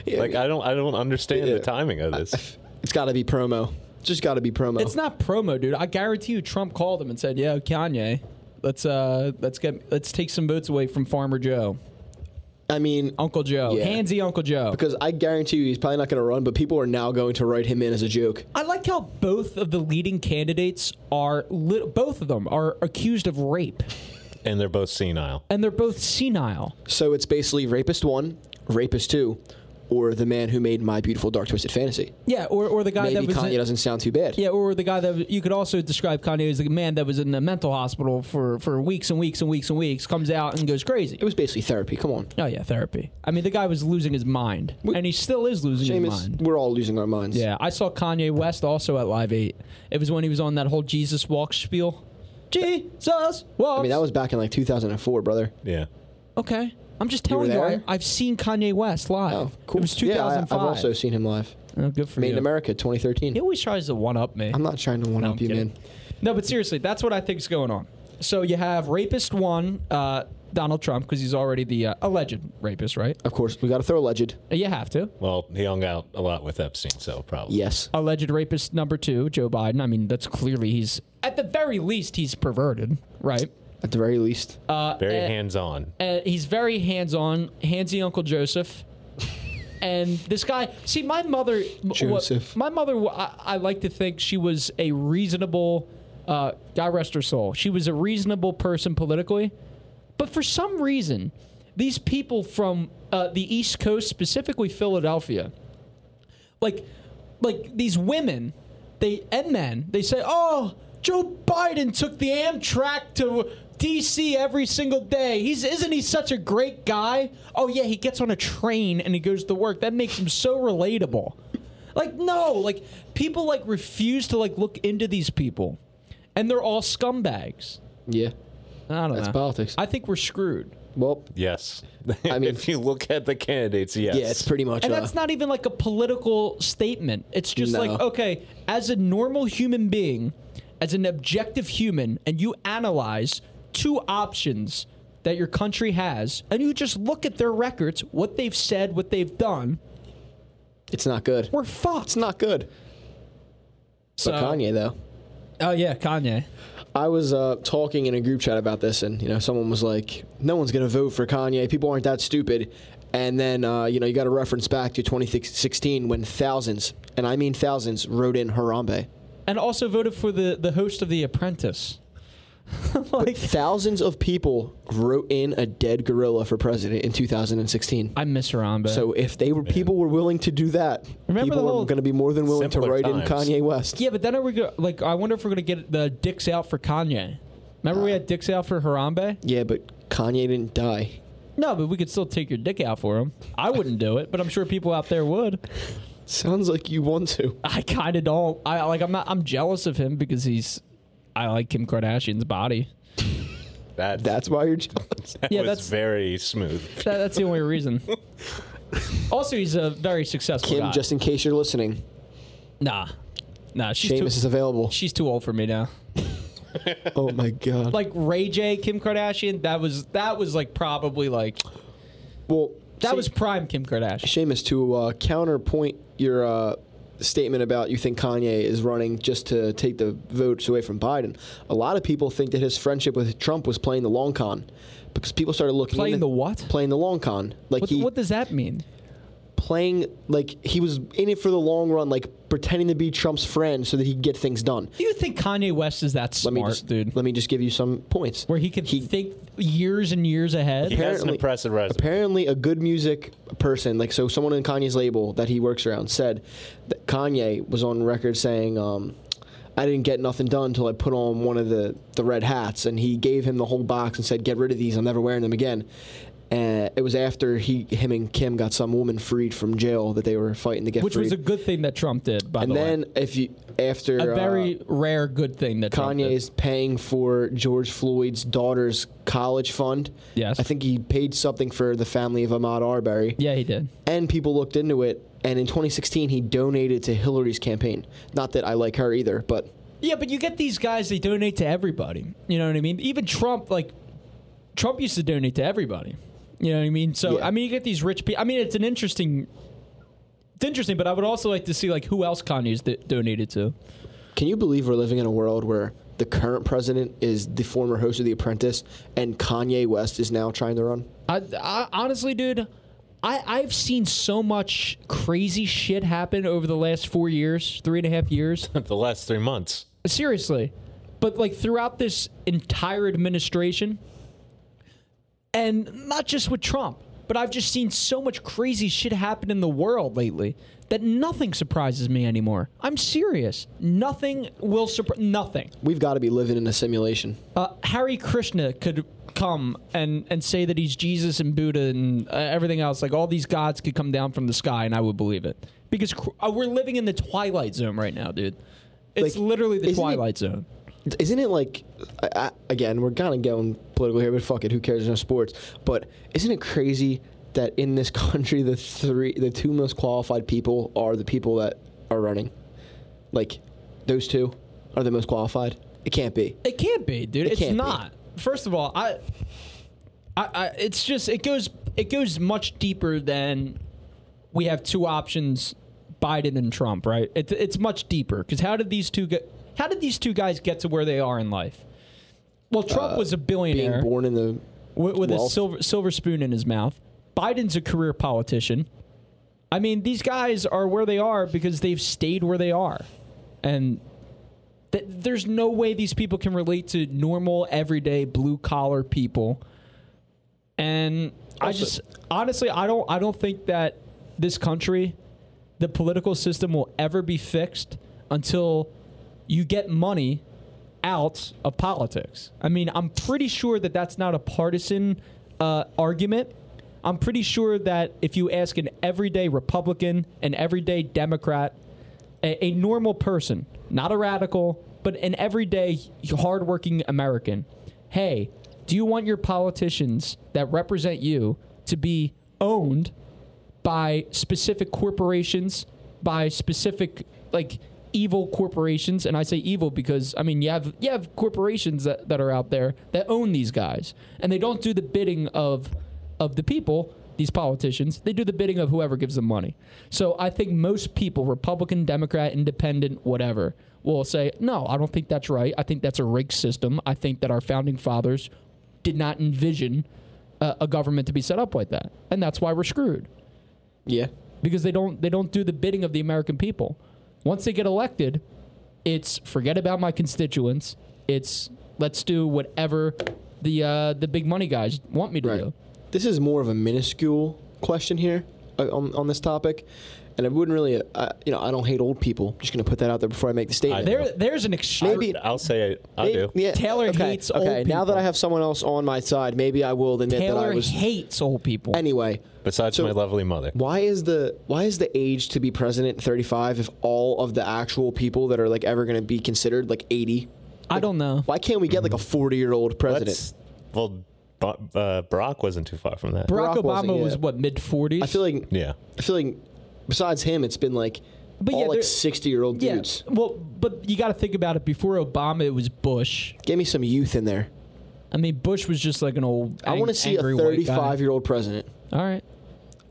Speaker 3: Like I don't, I don't understand
Speaker 2: Yeah.
Speaker 3: the timing of this.
Speaker 2: it's got to be promo. It's just got to be promo.
Speaker 1: It's not promo, dude. I guarantee you, Trump called him and said, "Yo, Kanye, let's uh, let's get let's take some votes away from Farmer Joe,
Speaker 2: I mean,
Speaker 1: Uncle Joe,
Speaker 2: Yeah.
Speaker 1: handsy Uncle Joe."
Speaker 2: because I guarantee you, he's probably not going to run, but people are now going to write him in as a joke.
Speaker 1: I like how both of the leading candidates are li- both of them are accused of rape,
Speaker 3: And they're both senile.
Speaker 1: and they're both senile.
Speaker 2: So it's basically rapist one, rapist two, or the man who made my beautiful dark twisted fantasy.
Speaker 1: Yeah, or, or the guy
Speaker 2: Maybe
Speaker 1: that Uh, was
Speaker 2: Kanye
Speaker 1: in-
Speaker 2: doesn't sound too bad.
Speaker 1: yeah, or the guy that you could also describe Kanye as the man that was in a mental hospital for for weeks and weeks and weeks and weeks comes out and goes crazy.
Speaker 2: It was basically therapy. Come on,
Speaker 1: Oh yeah, therapy. I mean, the guy was losing his mind, and he still is losing his
Speaker 2: Seamus.
Speaker 1: mind.
Speaker 2: We're all losing our minds.
Speaker 1: Yeah, I saw Kanye West also at Live 8. It was when he was on that whole Jesus Walk spiel. Jesus Walk.
Speaker 2: I mean, that was back in like 2004, brother.
Speaker 3: Yeah.
Speaker 1: Okay. I'm just telling
Speaker 2: were
Speaker 1: you,
Speaker 2: there?
Speaker 1: I, I've seen Kanye West live.
Speaker 2: Oh, cool.
Speaker 1: It was
Speaker 2: Yeah, I,
Speaker 1: 2005.
Speaker 2: I've also seen him live.
Speaker 1: Oh, good for
Speaker 2: Made
Speaker 1: you.
Speaker 2: in America, 2013.
Speaker 1: He always tries to one up me.
Speaker 2: I'm not trying to one
Speaker 1: No,
Speaker 2: up
Speaker 1: I'm
Speaker 2: you,
Speaker 1: kidding.
Speaker 2: man.
Speaker 1: No, but seriously, that's what I think is going on. So you have rapist one, uh, Donald Trump, because he's already the uh, alleged rapist, right?
Speaker 2: Of course, we got to throw alleged.
Speaker 1: You have to.
Speaker 3: Well, he hung out a lot with Epstein, so probably.
Speaker 2: Yes.
Speaker 1: Alleged rapist number two, Joe Biden. I mean, that's clearly he's, at the very least, he's perverted, right?
Speaker 2: At the very least.
Speaker 3: Very
Speaker 1: eh.
Speaker 3: hands-on.
Speaker 1: uh, he's very hands-on, handsy Uncle Joseph. And this guy, see, my mother, w-
Speaker 2: Joseph.
Speaker 1: my mother, w- I, I like to think she was a reasonable, uh, God rest her soul. She was a reasonable person politically, but for some reason, these people from uh, the East Coast, specifically Philadelphia, like like these women they and men they say oh joe biden took the amtrak to dc every single day he's isn't he such a great guy oh yeah he gets on a train and he goes to work that makes him so relatable like no like people like refuse to like look into these people and they're all scumbags
Speaker 2: yeah.
Speaker 1: i don't
Speaker 2: That's
Speaker 1: know
Speaker 2: politics.
Speaker 1: i think we're screwed
Speaker 2: Well,
Speaker 3: Yes.
Speaker 2: mean-
Speaker 3: if you look at the candidates, yes.
Speaker 2: yeah, it's pretty much.
Speaker 1: And
Speaker 2: uh,
Speaker 1: that's not even like a political statement. It's just
Speaker 2: No.
Speaker 1: like, okay, as a normal human being, as an objective human, and you analyze two options that your country has, and you just look at their records, what they've said, what they've done,
Speaker 2: it's not good.
Speaker 1: we're fucked.
Speaker 2: It's not good.
Speaker 1: So-
Speaker 2: but Kanye though.
Speaker 1: Oh, yeah, Kanye.
Speaker 2: I was uh, talking in a group chat about this, and you know, someone was like, "No one's gonna vote for Kanye. People aren't that stupid." And then uh, you know, you got to reference back to 2016 when thousands, and I mean thousands, wrote in Harambe.
Speaker 1: And also voted for the, the host of The Apprentice. like,
Speaker 2: Thousands of people wrote in a dead gorilla for president in 2016.
Speaker 1: I miss Harambe.
Speaker 2: So if they were people were willing to do that,
Speaker 1: Remember
Speaker 2: people
Speaker 1: the whole-
Speaker 2: were going to be more than willing to
Speaker 3: Simpler
Speaker 2: write in
Speaker 3: times.
Speaker 2: Kanye West.
Speaker 1: yeah, but then are we go- like, I wonder if we're going to get the dicks out for Kanye. Remember we had dicks out for Harambe?
Speaker 2: Yeah, but Kanye didn't die.
Speaker 1: No, but we could still take your dick out for him. I wouldn't do it, but I'm sure people out there would.
Speaker 2: Sounds like you want to.
Speaker 1: I kind of don't. I like. I'm not. I'm jealous of him because he's. I like Kim Kardashian's body.
Speaker 3: That,
Speaker 2: That's why you're. jealous.
Speaker 3: that
Speaker 1: Yeah,
Speaker 3: was
Speaker 1: that's-
Speaker 3: very smooth.
Speaker 1: That, that's the only reason. Also, he's a very successful
Speaker 2: Kim,
Speaker 1: guy.
Speaker 2: just in case you're listening,
Speaker 1: nah, nah. She's
Speaker 2: Seamus
Speaker 1: too,
Speaker 2: is available.
Speaker 1: she's too old for me now.
Speaker 2: Oh my god.
Speaker 1: Like Ray J, Kim Kardashian. That was that was like probably like
Speaker 2: well,
Speaker 1: that
Speaker 2: see,
Speaker 1: was prime Kim Kardashian.
Speaker 2: Seamus to uh, counterpoint your uh, statement about you think Kanye is running just to take the votes away from Biden. A lot of people think that his friendship with Trump was playing the long con because people started looking
Speaker 1: Playing
Speaker 2: into-
Speaker 1: the what?
Speaker 2: Playing the long con. Like
Speaker 1: What,
Speaker 2: he
Speaker 1: what does that mean?
Speaker 2: playing like he was in it for the long run, like pretending to be Trump's friend so that he could get things done.
Speaker 1: Do you think Kanye West is that
Speaker 2: Let
Speaker 1: smart,
Speaker 2: me just
Speaker 1: dude?
Speaker 2: let me just give you some points.
Speaker 1: Where he can think years and years ahead.
Speaker 3: He has an
Speaker 2: Apparently-
Speaker 3: impressive resume.
Speaker 2: apparently a good music person like so someone in kanye's label that he works around said that kanye was on record saying um, i didn't get nothing done until i put on one of the, the red hats and he gave him the whole box and said get rid of these i'm never wearing them again And it was after he, him, and Kim got some woman freed from jail that they were fighting to get
Speaker 1: Which
Speaker 2: freed.
Speaker 1: was a good thing that Trump did, by
Speaker 2: and
Speaker 1: the
Speaker 2: then
Speaker 1: way.
Speaker 2: if you after
Speaker 1: A
Speaker 2: uh,
Speaker 1: very rare good thing that Trump
Speaker 2: Kanye
Speaker 1: did.
Speaker 2: is paying for George Floyd's daughter's college fund.
Speaker 1: Yes.
Speaker 2: I think he paid something for the family of Ahmaud Arbery.
Speaker 1: Yeah, he did.
Speaker 2: And people looked into it. And in 2016, he donated to Hillary's campaign. Not that I like her either, but
Speaker 1: Yeah, but you get these guys, they donate to everybody. You know what I mean? Even Trump, like, Trump used to donate to everybody. You know what I mean? So,
Speaker 2: Yeah.
Speaker 1: I mean, you get these rich people. I mean, it's an interesting. It's interesting, but I would also like to see, like, who else Kanye's d- donated to.
Speaker 2: can you believe we're living in a world where the current president is the former host of The Apprentice and Kanye West is now trying to run?
Speaker 1: I, I honestly, dude, I I've seen so much crazy shit happen over the last four years, three and a half years.
Speaker 3: the last three months.
Speaker 1: Seriously, but like throughout this entire administration, and not just with Trump, but I've just seen so much crazy shit happen in the world lately that nothing surprises me anymore. I'm serious. Nothing will surprise. Nothing.
Speaker 2: We've got to be living in a simulation.
Speaker 1: Uh, Harry Krishna could come and, and say that he's Jesus and Buddha and uh, everything else. Like all these gods could come down from the sky, and I would believe it because cr- uh, we're living in the twilight zone right now, dude. It's
Speaker 2: Like,
Speaker 1: literally the
Speaker 2: isn't it-
Speaker 1: twilight zone.
Speaker 2: Isn't it like, I, I, again, we're kind of going political here, but fuck it, who cares? There's no sports. But isn't it crazy that in this country, the three, the two most qualified people are the people that are running? Like, those two are the most qualified. It can't be.
Speaker 1: It can't be, dude. it's
Speaker 2: can't be.
Speaker 1: not. First of all, I, I, I, it's just it goes it goes much deeper than we have two options, Biden and Trump, right? It's it's much deeper because how did these two get? How did these two guys get to where they are in life? Well, Trump was a
Speaker 2: Uh, Being
Speaker 1: billionaire
Speaker 2: born in the
Speaker 1: with, with a
Speaker 2: wealth.
Speaker 1: silver silver spoon in his mouth. Biden's a career politician. I mean, these guys are where they are because they've stayed where they are, and th- there's no way these people can relate to normal, everyday, blue collar people. And I
Speaker 2: Also-
Speaker 1: just honestly, I don't, I don't think that this country, the political system, will ever be fixed until you get money out of politics. I mean, I'm pretty sure that that's not a partisan uh, argument. I'm pretty sure that if you ask an everyday Republican, an everyday Democrat, a, a normal person, not a radical, but an everyday hardworking American, hey, do you want your politicians that represent you to be owned by specific corporations, by specific like evil corporations, and I say evil because I mean you have you have corporations that, that are out there that own these guys, and they don't do the bidding of of the people. These politicians, they do the bidding of whoever gives them money. So I think most people, Republican, Democrat, Independent, whatever, will say, no, I don't think that's right. I think that's a rigged system. I think that our founding fathers did not envision uh, a government to be set up like that, and that's why we're screwed
Speaker 2: yeah.
Speaker 1: because they don't they don't do the bidding of the American people. Once they get elected, it's forget about my constituents. It's let's do whatever the uh, the big money guys want me to
Speaker 2: Right.
Speaker 1: do.
Speaker 2: This is more of a minuscule question here uh, on, on this topic. And I wouldn't really, uh, you know, I don't hate old people. Just going to put that out there before I make the statement.
Speaker 1: There there's an extreme.
Speaker 2: Maybe-
Speaker 3: I'll say it. I
Speaker 2: Maybe-
Speaker 3: do.
Speaker 2: yeah,
Speaker 1: Taylor
Speaker 2: okay,
Speaker 1: hates
Speaker 2: okay,
Speaker 1: old
Speaker 2: now that I
Speaker 1: people.
Speaker 2: have someone else on my side, maybe I will admit that
Speaker 1: Taylor
Speaker 2: I was.
Speaker 1: hates old people.
Speaker 2: anyway,
Speaker 3: Besides
Speaker 2: So-
Speaker 3: my lovely mother.
Speaker 2: why is the why is the age to be president 35 if all of the actual people that are like ever going to be considered like 80?
Speaker 1: I don't know.
Speaker 2: Why can't we get like a
Speaker 3: Mm-hmm.
Speaker 2: 40 year old president?
Speaker 3: That's, well, Ba- uh, Barack wasn't too far from that.
Speaker 1: Barack,
Speaker 2: Barack wasn't
Speaker 1: Obama was
Speaker 2: yet.
Speaker 1: what mid 40s.
Speaker 2: I feel like
Speaker 3: yeah.
Speaker 2: I feel like besides him, it's been like
Speaker 1: But
Speaker 2: all
Speaker 1: yeah, there-
Speaker 2: like 60 year old
Speaker 1: yeah.
Speaker 2: dudes.
Speaker 1: Well, but you got to think about it. Before Obama, it was Bush.
Speaker 2: Give me some youth in there.
Speaker 1: I mean, Bush was just like an old.
Speaker 2: I
Speaker 1: ang-
Speaker 2: want to see a
Speaker 1: angry white guy.
Speaker 2: 35 year old president,
Speaker 1: All right.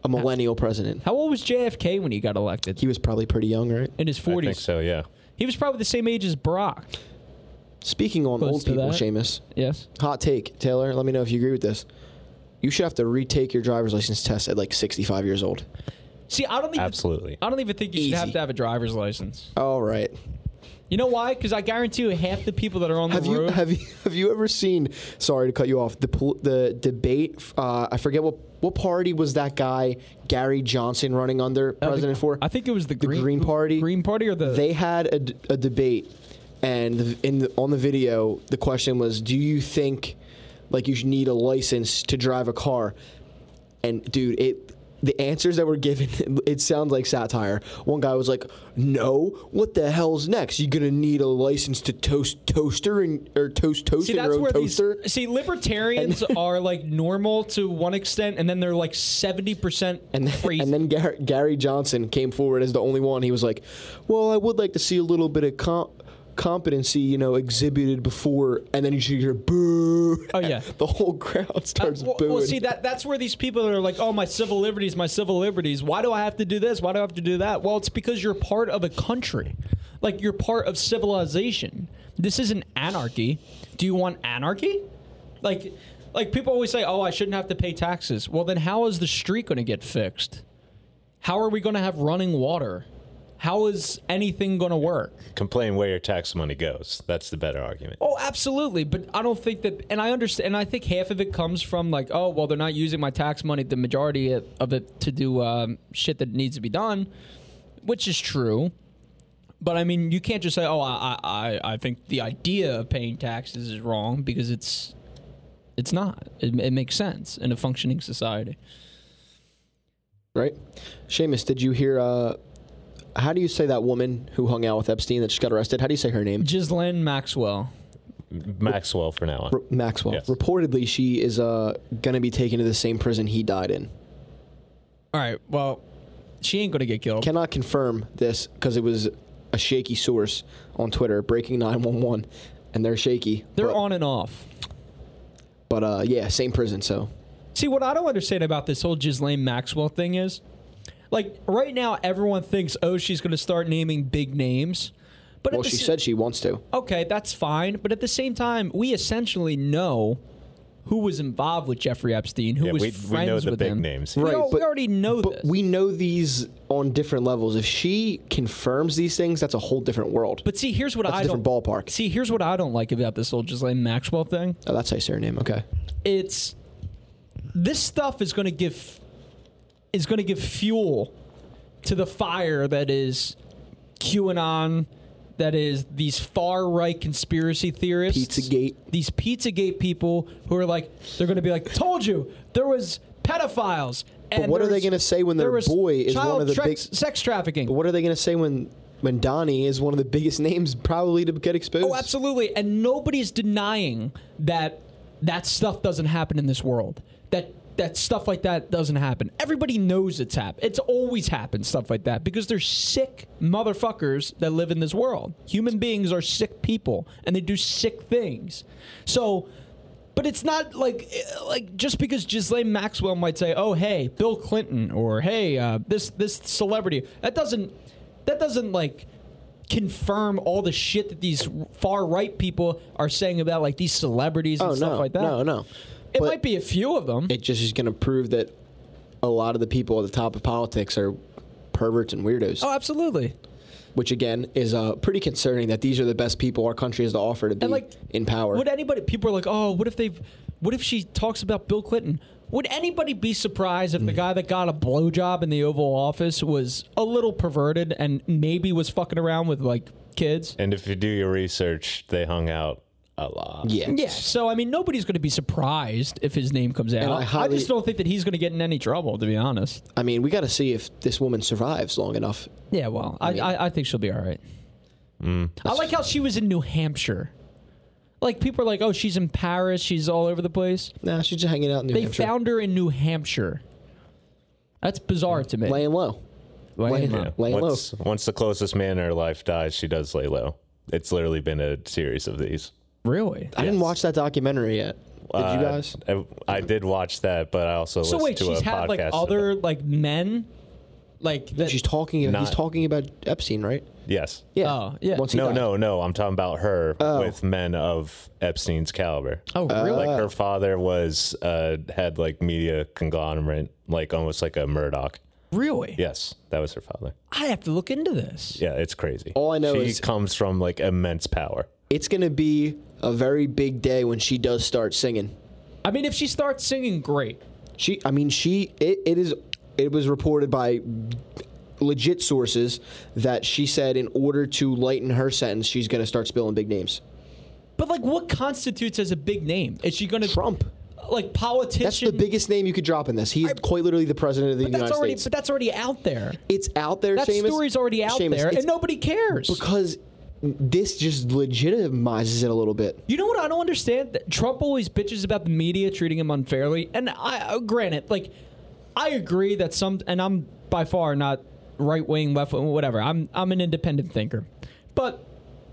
Speaker 2: a millennial president.
Speaker 1: How old was JFK when he got elected?
Speaker 2: He was probably pretty young, right?
Speaker 1: In his
Speaker 3: I
Speaker 1: 40s.
Speaker 3: think so, yeah.
Speaker 1: He was probably the same age as Barack.
Speaker 2: Speaking on
Speaker 1: Close
Speaker 2: old
Speaker 1: to
Speaker 2: people,
Speaker 1: that.
Speaker 2: Seamus.
Speaker 1: Yes.
Speaker 2: Hot take, Taylor. Let me know if you agree with this. You should have to retake your driver's license test at like 65 years old.
Speaker 1: See, I don't even
Speaker 3: Absolutely.
Speaker 1: I don't even think you should have
Speaker 2: Easy.
Speaker 1: to have a driver's license.
Speaker 2: All right.
Speaker 1: You know why? Because I guarantee you, half the people that are on the
Speaker 2: Have you
Speaker 1: road.
Speaker 2: have you have you ever seen? Sorry to cut you off. The pol- the debate. Uh, I forget what what party was that guy Gary Johnson running under president for.
Speaker 1: I think it was the,
Speaker 2: the Green, Party.
Speaker 1: Green Party or the
Speaker 2: They had a, d- a debate, and the, in the, on the video, the question was, "Do you think like you should need a license to drive a car?" And dude, it the answers that were given, it sounds like satire. One guy was like, "No, what the hell's next? You gonna need a license to toast toaster and or toast toast
Speaker 1: See,
Speaker 2: in your
Speaker 1: that's
Speaker 2: own
Speaker 1: where
Speaker 2: toaster?"
Speaker 1: these. See, libertarians are like normal to one extent, and then they're like seventy percent
Speaker 2: And then,
Speaker 1: crazy.
Speaker 2: and then Gary, Gary Johnson came forward as the only one. He was like, "Well, I would like to see a little bit of com- competency, you know, exhibited before." And then you should hear boo.
Speaker 1: Oh, yeah. Uh,
Speaker 2: the whole crowd starts
Speaker 1: well,
Speaker 2: booing.
Speaker 1: well, see that that's where these people that are like, "Oh, my civil liberties, my civil liberties. Why do I have to do this? Why do I have to do that?" Well, it's because you're part of a country, like you're part of civilization. This isn't anarchy. Do you want anarchy? Like, like people always say, "Oh, I shouldn't have to pay taxes." Well, then how is the street going to get fixed? How are we going to have running water? How is anything going to work?
Speaker 3: Complain where your tax money goes. That's the better argument.
Speaker 1: Oh, absolutely. But I don't think that, and I understand, and I think half of it comes from like, oh, well, they're not using my tax money, the majority of it to do um, shit that needs to be done, which is true. But I mean, you can't just say, oh, I, I, I I think the idea of paying taxes is wrong because it's, it's not. It, it makes sense in a functioning society.
Speaker 2: right? Seamus, did you hear? Uh, how do you say that woman who hung out with Epstein that just got arrested? How do you say her name?
Speaker 1: Ghislaine Maxwell.
Speaker 3: Maxwell for now
Speaker 2: R-
Speaker 3: on.
Speaker 2: Maxwell.
Speaker 3: Yes.
Speaker 2: Reportedly, she is uh, going to be taken to the same prison he died in.
Speaker 1: All right. Well, she ain't gonna get killed.
Speaker 2: Cannot confirm this because it was a shaky source on Twitter, breaking 911, and they're shaky.
Speaker 1: they're
Speaker 2: but,
Speaker 1: on and off.
Speaker 2: But uh, yeah, same prison, so.
Speaker 1: See, what I don't understand about this whole Ghislaine Maxwell thing is, like, right now everyone thinks, oh, she's going to start naming big names. But
Speaker 2: Well,
Speaker 1: at the
Speaker 2: she
Speaker 1: sa-
Speaker 2: said she wants to.
Speaker 1: okay, that's fine. But at the same time, we essentially know who was involved with Jeffrey Epstein, who
Speaker 3: Yeah,
Speaker 1: was
Speaker 3: we,
Speaker 1: friends
Speaker 3: we know the
Speaker 1: with
Speaker 3: big
Speaker 1: him.
Speaker 3: names.
Speaker 1: We,
Speaker 2: Right,
Speaker 1: all- we
Speaker 2: but-
Speaker 1: already know
Speaker 2: But
Speaker 1: this.
Speaker 2: we know these on different levels. If she confirms these things, that's a whole different world.
Speaker 1: but see, here's what
Speaker 2: that's
Speaker 1: I
Speaker 2: a different
Speaker 1: don't
Speaker 2: ballpark.
Speaker 1: see. Here's what I don't like about this whole Ghislaine Maxwell thing.
Speaker 2: Oh, that's how you say her name. Okay.
Speaker 1: it's this stuff is going to give is going to give fuel to the fire that is QAnon, that is these far right conspiracy theorists,
Speaker 2: Pizzagate.
Speaker 1: these PizzaGate people who are like they're going to be like, told you there was pedophiles. And
Speaker 2: what are
Speaker 1: there
Speaker 2: they
Speaker 1: was-
Speaker 2: gonna say when their
Speaker 1: there was
Speaker 2: boy is one
Speaker 1: child
Speaker 2: of the
Speaker 1: sex-
Speaker 2: big-
Speaker 1: sex trafficking?
Speaker 2: But what are they going to say when when Donnie is one of the biggest names probably to get exposed?
Speaker 1: Oh, absolutely. And nobody's denying that that stuff doesn't happen in this world. That that stuff like that doesn't happen. Everybody knows it's happened. It's always happened stuff like that because there's sick motherfuckers that live in this world. Human beings are sick people and they do sick things. So but it's not like eh, like just because Ghislaine Maxwell might say, "Oh, hey, Bill Clinton," or "Hey, uh, this this celebrity," that doesn't that doesn't like confirm all the shit that these far right people are saying about like these celebrities and
Speaker 2: Oh,
Speaker 1: stuff
Speaker 2: no,
Speaker 1: like that.
Speaker 2: no, no.
Speaker 1: It
Speaker 2: But
Speaker 1: might be a few of them.
Speaker 2: It just is going to prove that a lot of the people at the top of politics are perverts and weirdos,
Speaker 1: oh, absolutely.
Speaker 2: which again is uh, pretty concerning that these are the best people our country has to offer to be
Speaker 1: And like
Speaker 2: in power.
Speaker 1: Would anybody? People are like, "Oh, what if they? What if she talks about Bill Clinton?" Would anybody be surprised if the guy that got a blowjob in the Oval Office was a little perverted and maybe was fucking around with like kids?
Speaker 3: And if you do your research, they hung out a lot.
Speaker 2: yeah.
Speaker 1: Yeah. So I mean, nobody's going to be surprised if his name comes out.
Speaker 2: I
Speaker 1: I,
Speaker 2: highly-
Speaker 1: just don't think that he's going to get in any trouble, to be honest.
Speaker 2: I mean, we got to see if this woman survives long enough.
Speaker 1: Yeah. Well, I I, I think she'll be all right. I like how she was in New Hampshire. Like people are like, "Oh, she's in Paris. She's all over the place."
Speaker 2: Nah, she's just hanging out in New
Speaker 1: They
Speaker 2: Hampshire.
Speaker 1: found her in New Hampshire. That's bizarre to me.
Speaker 2: laying low.
Speaker 1: Laying
Speaker 2: low.
Speaker 1: low.
Speaker 2: Laying low.
Speaker 3: Once, once the closest man in her life dies, she does lay low. It's literally been a series of these.
Speaker 1: Really?
Speaker 2: I didn't watch that documentary yet. Did
Speaker 3: Uh,
Speaker 2: you guys?
Speaker 3: I, I did watch that, but I also
Speaker 1: So
Speaker 3: listened
Speaker 1: wait,
Speaker 3: to
Speaker 1: she's
Speaker 3: a
Speaker 1: had like
Speaker 3: podcast
Speaker 1: other
Speaker 3: about-
Speaker 1: like men, like that.
Speaker 2: She's talking. he's
Speaker 3: Not-
Speaker 2: talking about Epstein, right?
Speaker 3: yes.
Speaker 2: Yeah. Oh.
Speaker 1: Oh, yeah.
Speaker 2: Once he
Speaker 3: No,
Speaker 2: died.
Speaker 3: no, no. I'm talking about her with men of Epstein's caliber.
Speaker 1: oh,
Speaker 2: Uh,
Speaker 1: really?
Speaker 3: Like her father was uh, had like media conglomerate, like almost like a Murdoch.
Speaker 1: really?
Speaker 3: Yes, that was her father.
Speaker 1: I have to look into this.
Speaker 3: Yeah, it's crazy.
Speaker 2: All I know
Speaker 3: she
Speaker 2: is-
Speaker 3: comes from like immense power.
Speaker 2: it's going to be a very big day when she does start singing.
Speaker 1: I mean, if she starts singing, great.
Speaker 2: She, I mean, she, it, it is, it was reported by legit sources that she said in order to lighten her sentence, she's going to start spilling big names.
Speaker 1: But like, what constitutes as a big name? Is she gonna
Speaker 2: Trump.
Speaker 1: like politician.
Speaker 2: That's the biggest name you could drop in this. He's quite literally the president of the
Speaker 1: But that's
Speaker 2: United
Speaker 1: already,
Speaker 2: States.
Speaker 1: but that's already out there.
Speaker 2: it's out there,
Speaker 1: That
Speaker 2: Seamus.
Speaker 1: story's already out
Speaker 2: Seamus,
Speaker 1: there,
Speaker 2: it's
Speaker 1: and nobody cares.
Speaker 2: because this just legitimizes it a little bit.
Speaker 1: You know what I don't understand? That Trump always bitches about the media treating him unfairly, and I uh, granted, like, I agree that some, and I'm by far not right wing, left wing, whatever. I'm I'm an independent thinker, but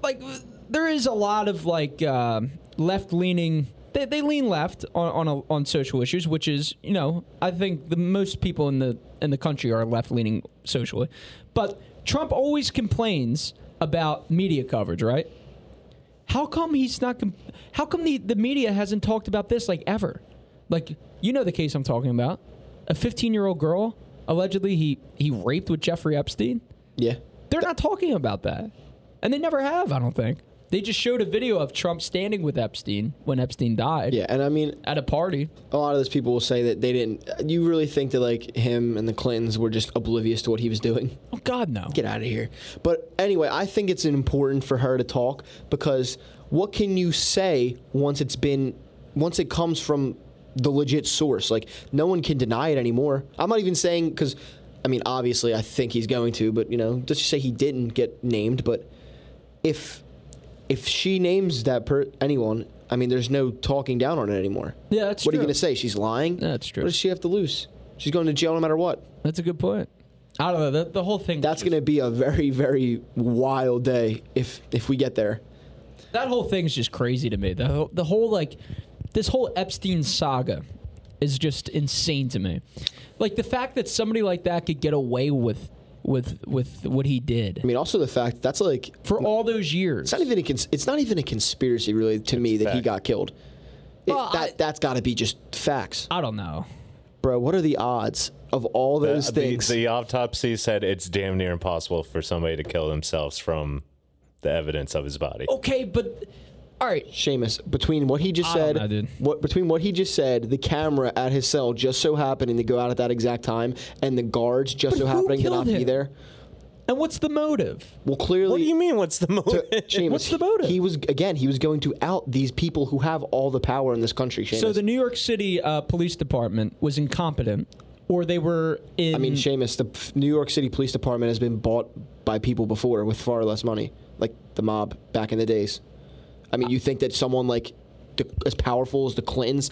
Speaker 1: like, there is a lot of like uh, left leaning. They, they lean left on on, a, on social issues, which is you know I think the most people in the in the country are left leaning socially, but Trump always complains about media coverage, right? How come he's not? Com- how come the, the media hasn't talked about this like ever? Like you know the case I'm talking about, a 15 year old girl allegedly he he raped with Jeffrey Epstein.
Speaker 2: Yeah.
Speaker 1: They're not talking about that, and they never have. I don't think they just showed a video of Trump standing with Epstein when Epstein died
Speaker 2: Yeah, and I mean,
Speaker 1: at a party.
Speaker 2: a lot of those people will say that they didn't. You really think that like him and the Clintons were just oblivious to what he was doing?
Speaker 1: Oh God, no.
Speaker 2: Get out of here. But anyway, I think it's important for her to talk because what can you say once it's been, once it comes from the legit source? Like no one can deny it anymore. I'm not even saying because, I mean, obviously I think he's going to, but you know, just say he didn't get named, but if if she names that per anyone, I mean, there's no talking down on it anymore.
Speaker 1: Yeah, that's
Speaker 2: what are
Speaker 1: true.
Speaker 2: you going to say? She's lying.
Speaker 1: That's true.
Speaker 2: What does she have to lose? She's going to jail no matter what.
Speaker 1: That's a good point. I don't know. The, the whole thing.
Speaker 2: That's going to be a very very wild day if if we get there.
Speaker 1: That whole thing's just crazy to me. The whole, the whole like this whole Epstein saga is just insane to me. Like the fact that somebody like that could get away with with with what he did
Speaker 2: I mean, also the fact that's like it's
Speaker 1: for all those years.
Speaker 2: not even a cons- it's not even a conspiracy really to me that he
Speaker 3: fact.
Speaker 2: got killed. It-
Speaker 1: Well,
Speaker 2: that
Speaker 1: I-
Speaker 2: that's got to be just facts,
Speaker 1: I don't know.
Speaker 2: bro. What are the odds of all
Speaker 3: Uh, The-
Speaker 2: those
Speaker 3: the,
Speaker 2: things?
Speaker 3: the autopsy said it's damn near impossible for somebody to kill themselves from the evidence of his body.
Speaker 1: Okay, but all right.
Speaker 2: Seamus, between what he just
Speaker 1: I don't
Speaker 2: said,
Speaker 1: know, dude.
Speaker 2: what between what he just said, the camera at his cell just so happening to go out at that exact time, and the guards just
Speaker 1: But
Speaker 2: so
Speaker 1: who
Speaker 2: happening to not
Speaker 1: killed
Speaker 2: be
Speaker 1: him?
Speaker 2: there.
Speaker 1: And what's the motive?
Speaker 2: Well, clearly,
Speaker 3: What do you mean? What's the motive?
Speaker 2: Seamus,
Speaker 1: What's the motive?
Speaker 2: He was again. He was going to out these people who have all the power in this country. Seamus.
Speaker 1: So the New York City uh, Police Department was incompetent, or they were in.
Speaker 2: I mean, Seamus, the f- New York City Police Department has been bought by people before with far less money, like the mob back in the days. I mean, you think that someone like the, as powerful as the Clintons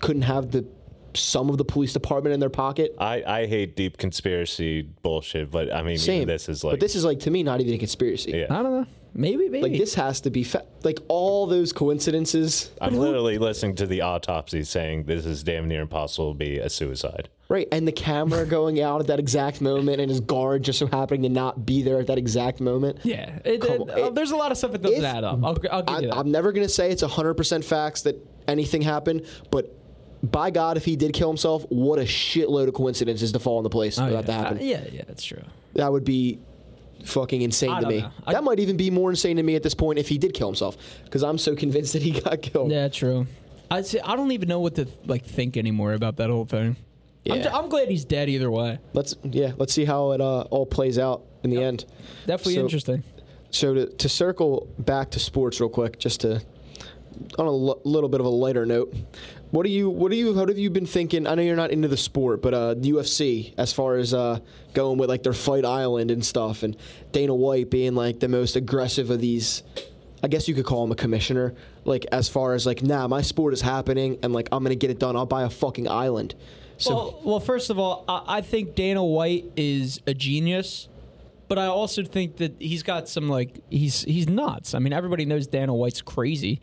Speaker 2: couldn't have the some of the police department in their pocket?
Speaker 3: I, I hate deep conspiracy bullshit, but I mean,
Speaker 2: Same.
Speaker 3: even this is like
Speaker 2: but this is like to me not even a conspiracy.
Speaker 3: Yeah.
Speaker 1: I don't know. Maybe, maybe.
Speaker 2: Like this has to be fa- like all those coincidences,
Speaker 3: I'm literally listening to the autopsy saying this is damn near impossible to be a suicide.
Speaker 2: right? And the camera going out at that exact moment, and his guard just so happening to not be there at that exact moment.
Speaker 1: yeah, it,
Speaker 2: Come
Speaker 1: it-
Speaker 2: on.
Speaker 1: uh, there's a lot of stuff that doesn't
Speaker 2: If-
Speaker 1: add up. I'll, I'll give you
Speaker 2: I'm,
Speaker 1: that.
Speaker 2: I'm never gonna say it's 100% facts that anything happened, but by God, if he did kill himself, what a shitload of coincidences to fall into place
Speaker 1: Oh,
Speaker 2: for
Speaker 1: yeah.
Speaker 2: that to happen.
Speaker 1: Uh, yeah, yeah, that's true.
Speaker 2: that would be fucking insane
Speaker 1: I
Speaker 2: to
Speaker 1: don't
Speaker 2: me.
Speaker 1: know. I-
Speaker 2: that might even be more insane to me at this point if he did kill himself, because I'm so convinced that he got killed.
Speaker 1: Yeah, true. I see, I don't even know what to like think anymore about that whole thing. I'm,
Speaker 2: Yeah.
Speaker 1: ju- I'm glad he's dead either way.
Speaker 2: Let's yeah, let's see how it uh, all plays out in the end.
Speaker 1: Definitely
Speaker 2: So-
Speaker 1: interesting.
Speaker 2: So to, to circle back to sports real quick, just to on a l- little bit of a lighter note, what do you what do you what have you been thinking? I know you're not into the sport, but uh, the UFC as far as uh, going with like their fight island and stuff, and Dana White being like the most aggressive of these. I guess you could call him a commissioner, like as far as like, nah, my sport is happening, and like I'm gonna get it done. I'll buy a fucking island. So
Speaker 1: well, well, first of all, I, I think Dana White is a genius, but I also think that he's got some like he's he's nuts. I mean, everybody knows Dana White's crazy,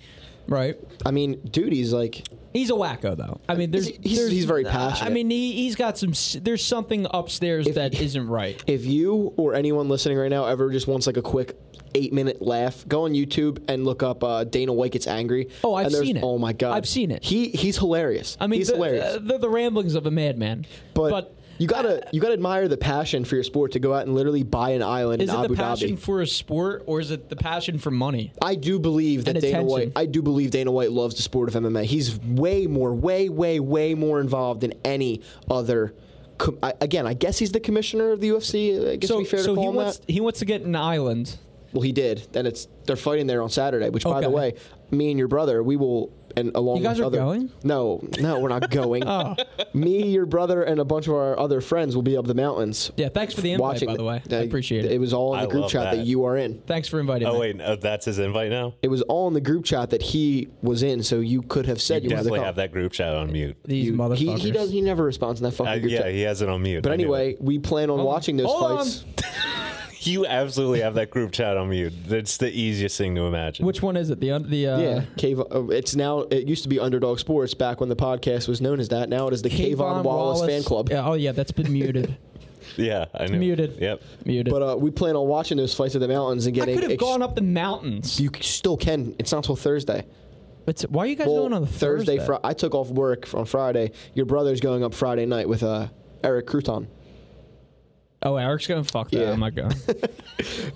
Speaker 1: right?
Speaker 2: I mean, dude, he's like,
Speaker 1: He's a wacko though. I mean, there's
Speaker 2: He's- he's-
Speaker 1: there's-
Speaker 2: he's very
Speaker 1: I
Speaker 2: passionate.
Speaker 1: mean, he, he's got some. s- There's something upstairs that isn't right.
Speaker 2: If you or anyone listening right now ever just wants like a quick eight minute laugh, go on YouTube and look up uh, Dana White gets angry.
Speaker 1: Oh, I've
Speaker 2: And there's-
Speaker 1: seen it.
Speaker 2: Oh my god,
Speaker 1: I've seen it.
Speaker 2: He he's hilarious.
Speaker 1: I mean,
Speaker 2: he's
Speaker 1: the,
Speaker 2: hilarious.
Speaker 1: uh, they're the ramblings of a madman.
Speaker 2: but, you gotta you gotta admire the passion for your sport to go out and literally buy an island
Speaker 1: Is
Speaker 2: in
Speaker 1: it
Speaker 2: Abu
Speaker 1: the passion
Speaker 2: Dhabi.
Speaker 1: for a sport or is it the passion for money?
Speaker 2: I do believe that
Speaker 1: and
Speaker 2: Dana
Speaker 1: attention?
Speaker 2: White. I do believe Dana White loves the sport of MMA. He's way more, way, way, way more involved than any other. Com- I, again, I guess he's the commissioner of the UFC. Uh, I guess it'd be fair to call
Speaker 1: he
Speaker 2: him
Speaker 1: wants
Speaker 2: that.
Speaker 1: he wants to get an island.
Speaker 2: Well, he did. Then it's they're fighting there on Saturday. Which, by the
Speaker 1: Okay.
Speaker 2: way, me and your brother, we will and along
Speaker 4: You guys
Speaker 2: with
Speaker 4: are
Speaker 2: other
Speaker 4: going?
Speaker 2: no no we're not going
Speaker 4: Oh.
Speaker 2: me your brother and a bunch of our other friends will be up the mountains
Speaker 1: Yeah, thanks for the invite,
Speaker 2: watching
Speaker 1: by the way. I
Speaker 2: that-
Speaker 1: appreciate it.
Speaker 2: it was all in
Speaker 3: I
Speaker 2: the group
Speaker 3: love
Speaker 2: chat that.
Speaker 3: that.
Speaker 2: you are in
Speaker 1: Thanks for inviting
Speaker 3: Oh
Speaker 1: me.
Speaker 3: wait, no, that's his invite now.
Speaker 2: it was all in the group chat that he was in so you could have said you, wanted to
Speaker 3: Definitely
Speaker 2: come.
Speaker 3: have that group chat on mute.
Speaker 4: These
Speaker 2: You-
Speaker 4: motherfuckers.
Speaker 2: he, he does he never responds in that fucking
Speaker 3: Uh,
Speaker 2: group
Speaker 3: yeah,
Speaker 2: chat
Speaker 3: he has it on mute.
Speaker 2: but
Speaker 3: I knew it.
Speaker 2: anyway we plan on watching those
Speaker 1: Hold
Speaker 2: fights
Speaker 3: you absolutely have that group chat on mute. That's the easiest thing to imagine.
Speaker 1: Which one is it? The un- the uh,
Speaker 2: yeah cave uh, it's now it used to be underdog sports back when the podcast was known as that now it is the
Speaker 1: Kayvon
Speaker 2: Kayvon Wallace, fan club
Speaker 1: Yeah, oh yeah, that's been muted.
Speaker 3: yeah, I knew.
Speaker 1: muted.
Speaker 3: Yep.
Speaker 1: Muted.
Speaker 2: but uh, we plan on watching those fights at the mountains and
Speaker 1: I
Speaker 2: getting
Speaker 1: could have
Speaker 2: ex-
Speaker 1: gone up the mountains.
Speaker 2: you still can it's not till Thursday
Speaker 1: But why are you guys
Speaker 2: Well,
Speaker 1: going on the Thursday?
Speaker 2: Fri- I took off work on Friday. Your brother's going up Friday night with uh, Eric Crouton.
Speaker 1: oh, Eric's going. Fuck that.
Speaker 2: Yeah.
Speaker 1: I'm not going.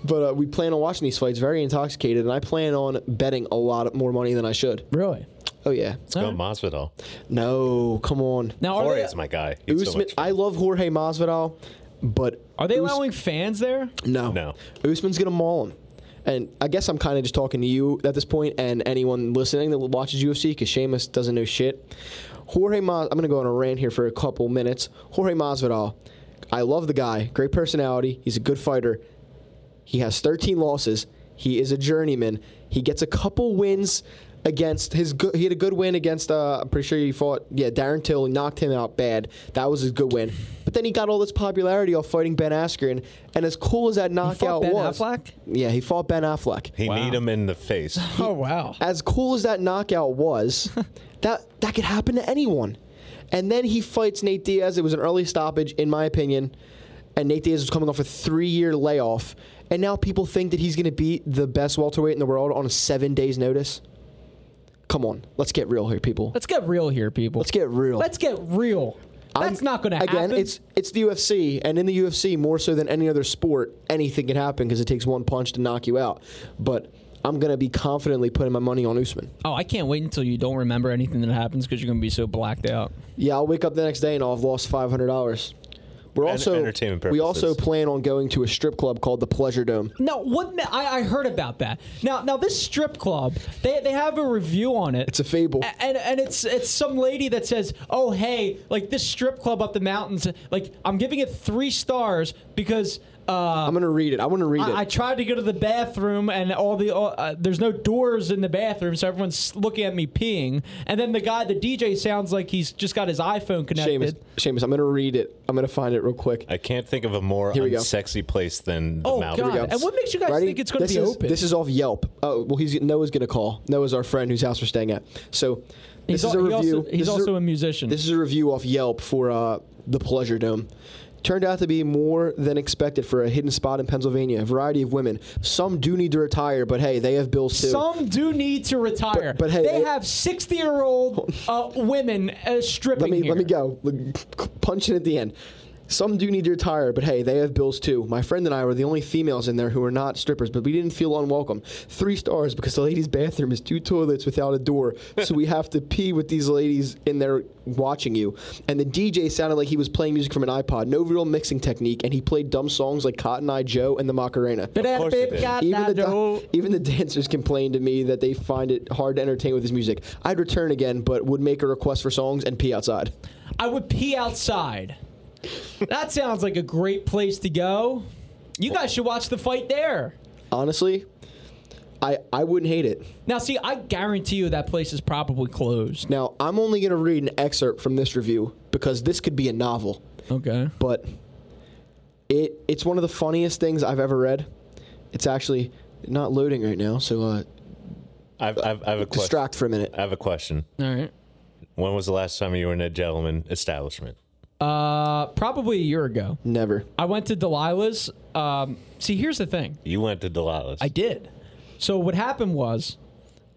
Speaker 2: But uh, we plan on watching these fights very intoxicated, and I plan on betting a lot more money than I should.
Speaker 1: really?
Speaker 2: Oh, yeah.
Speaker 3: Let's go Masvidal.
Speaker 2: No, come on.
Speaker 1: Now are
Speaker 3: Jorge
Speaker 1: they,
Speaker 3: is my guy. He's so
Speaker 2: Usman,
Speaker 3: much fun.
Speaker 2: I love Jorge Masvidal, but.
Speaker 1: are they
Speaker 2: Us-
Speaker 1: allowing fans there?
Speaker 2: No.
Speaker 3: No.
Speaker 2: Usman's going to maul him. And I guess I'm kind of just talking to you at this point and anyone listening that watches UFC because Seamus doesn't know shit. Jorge Mas, I'm going to go on a rant here for a couple minutes. Jorge Masvidal, I love the guy. Great personality. He's a good fighter. He has 13 losses. He is a journeyman. He gets a couple wins against his good. He had a good win against. Uh, I'm pretty sure he fought. Yeah, Darren Till He knocked him out bad. That was his good win. But then he got all this popularity off fighting Ben Askren. And as cool as that knockout
Speaker 1: Ben
Speaker 2: was,
Speaker 1: Affleck?
Speaker 2: yeah, he fought Ben Affleck.
Speaker 3: He need him in the face.
Speaker 1: Oh wow.
Speaker 2: As cool as that knockout was, that that could happen to anyone. And then he fights Nate Diaz. It was an early stoppage, in my opinion. And Nate Diaz was coming off a three-year layoff, and now people think that he's going to beat the best welterweight in the world on a seven days' notice. Come on, let's get real here, people.
Speaker 1: Let's get real here, people.
Speaker 2: Let's get real.
Speaker 1: Let's get real.
Speaker 2: I'm-
Speaker 1: That's not going to happen.
Speaker 2: again. It's it's the UFC, and in the UFC, more so than any other sport, anything can happen because it takes one punch to knock you out. But I'm going to be confidently putting my money on Usman.
Speaker 1: oh, I can't wait until you don't remember anything that happens because you're going to be so blacked out.
Speaker 2: Yeah, I'll wake up the next day and I'll have lost five hundred dollars. We're
Speaker 3: En-
Speaker 2: also
Speaker 3: entertainment
Speaker 2: we also
Speaker 3: purposes.
Speaker 2: plan on going to a strip club called the Pleasure Dome.
Speaker 1: No, what the- I, I heard about that. Now, now this strip club, they they have a review on it.
Speaker 2: It's a fable.
Speaker 1: A- and and it's it's some lady that says, "Oh hey, like this strip club up the mountains, like I'm giving it three stars because uh,
Speaker 2: I'm gonna read it. I want to read it.
Speaker 1: I, I tried to go to the bathroom and all the all, uh, there's no doors in the bathroom, so everyone's looking at me peeing. And then the guy, the DJ, sounds like he's just got his iPhone connected.
Speaker 2: Seamus, Seamus, I'm gonna read it. I'm gonna find it real quick.
Speaker 3: I can't think of a more
Speaker 2: we go.
Speaker 3: unsexy place than the
Speaker 1: Oh,
Speaker 3: mouth.
Speaker 1: God. And what makes you guys
Speaker 2: Ready?
Speaker 1: think it's going
Speaker 2: This
Speaker 1: to be
Speaker 2: is-
Speaker 1: open?
Speaker 2: This is off Yelp. Oh well, he's Noah's gonna call. Noah's our friend whose house we're staying at. So this
Speaker 1: he's
Speaker 2: is a
Speaker 1: al-
Speaker 2: review.
Speaker 1: he also- he's
Speaker 2: This is a-
Speaker 1: also a musician.
Speaker 2: This is a review off Yelp for uh, the Pleasure Dome. Turned out to be more than expected for a hidden spot in Pennsylvania. A variety of women. Some do need to retire, but hey, they have bills too.
Speaker 1: Some do need to retire,
Speaker 2: But- but hey,
Speaker 1: they,
Speaker 2: they-
Speaker 1: have sixty-year-old uh, women uh, stripping
Speaker 2: let me
Speaker 1: here.
Speaker 2: let me go. Look, Punch in at the end. Some do need to retire, but hey, they have bills too. My friend and I were the only females in there who were not strippers, but we didn't feel unwelcome. Three stars because the ladies' bathroom is two toilets without a door, so we have to pee with these ladies in there watching you. And the DJ sounded like he was playing music from an iPod, no real mixing technique, and he played dumb songs like Cotton Eye Joe and the Macarena.
Speaker 1: uh,
Speaker 3: course they did.
Speaker 2: Even the, da- even the dancers complained to me that they find it hard to entertain with his music. I'd return again, but would make a request for songs and pee outside.
Speaker 1: I would pee outside. that sounds like a great place to go. You guys should watch the fight there.
Speaker 2: Honestly, I I wouldn't hate it.
Speaker 1: Now, see, I guarantee you that place is probably closed.
Speaker 2: Now I'm only gonna read an excerpt from this review because this could be a novel,
Speaker 1: Okay.
Speaker 2: but it it's one of the funniest things I've ever read. It's actually not loading right now, so uh,
Speaker 3: I've, I've, I have a question.
Speaker 2: distract for a minute.
Speaker 3: I have a question.
Speaker 1: All right.
Speaker 3: When was the last time you were in a gentleman establishment?
Speaker 1: Uh, probably a year ago.
Speaker 2: Never.
Speaker 1: I went to Delilah's. Um, see, here's the thing.
Speaker 3: You went to Delilah's.
Speaker 1: I did. So what happened was,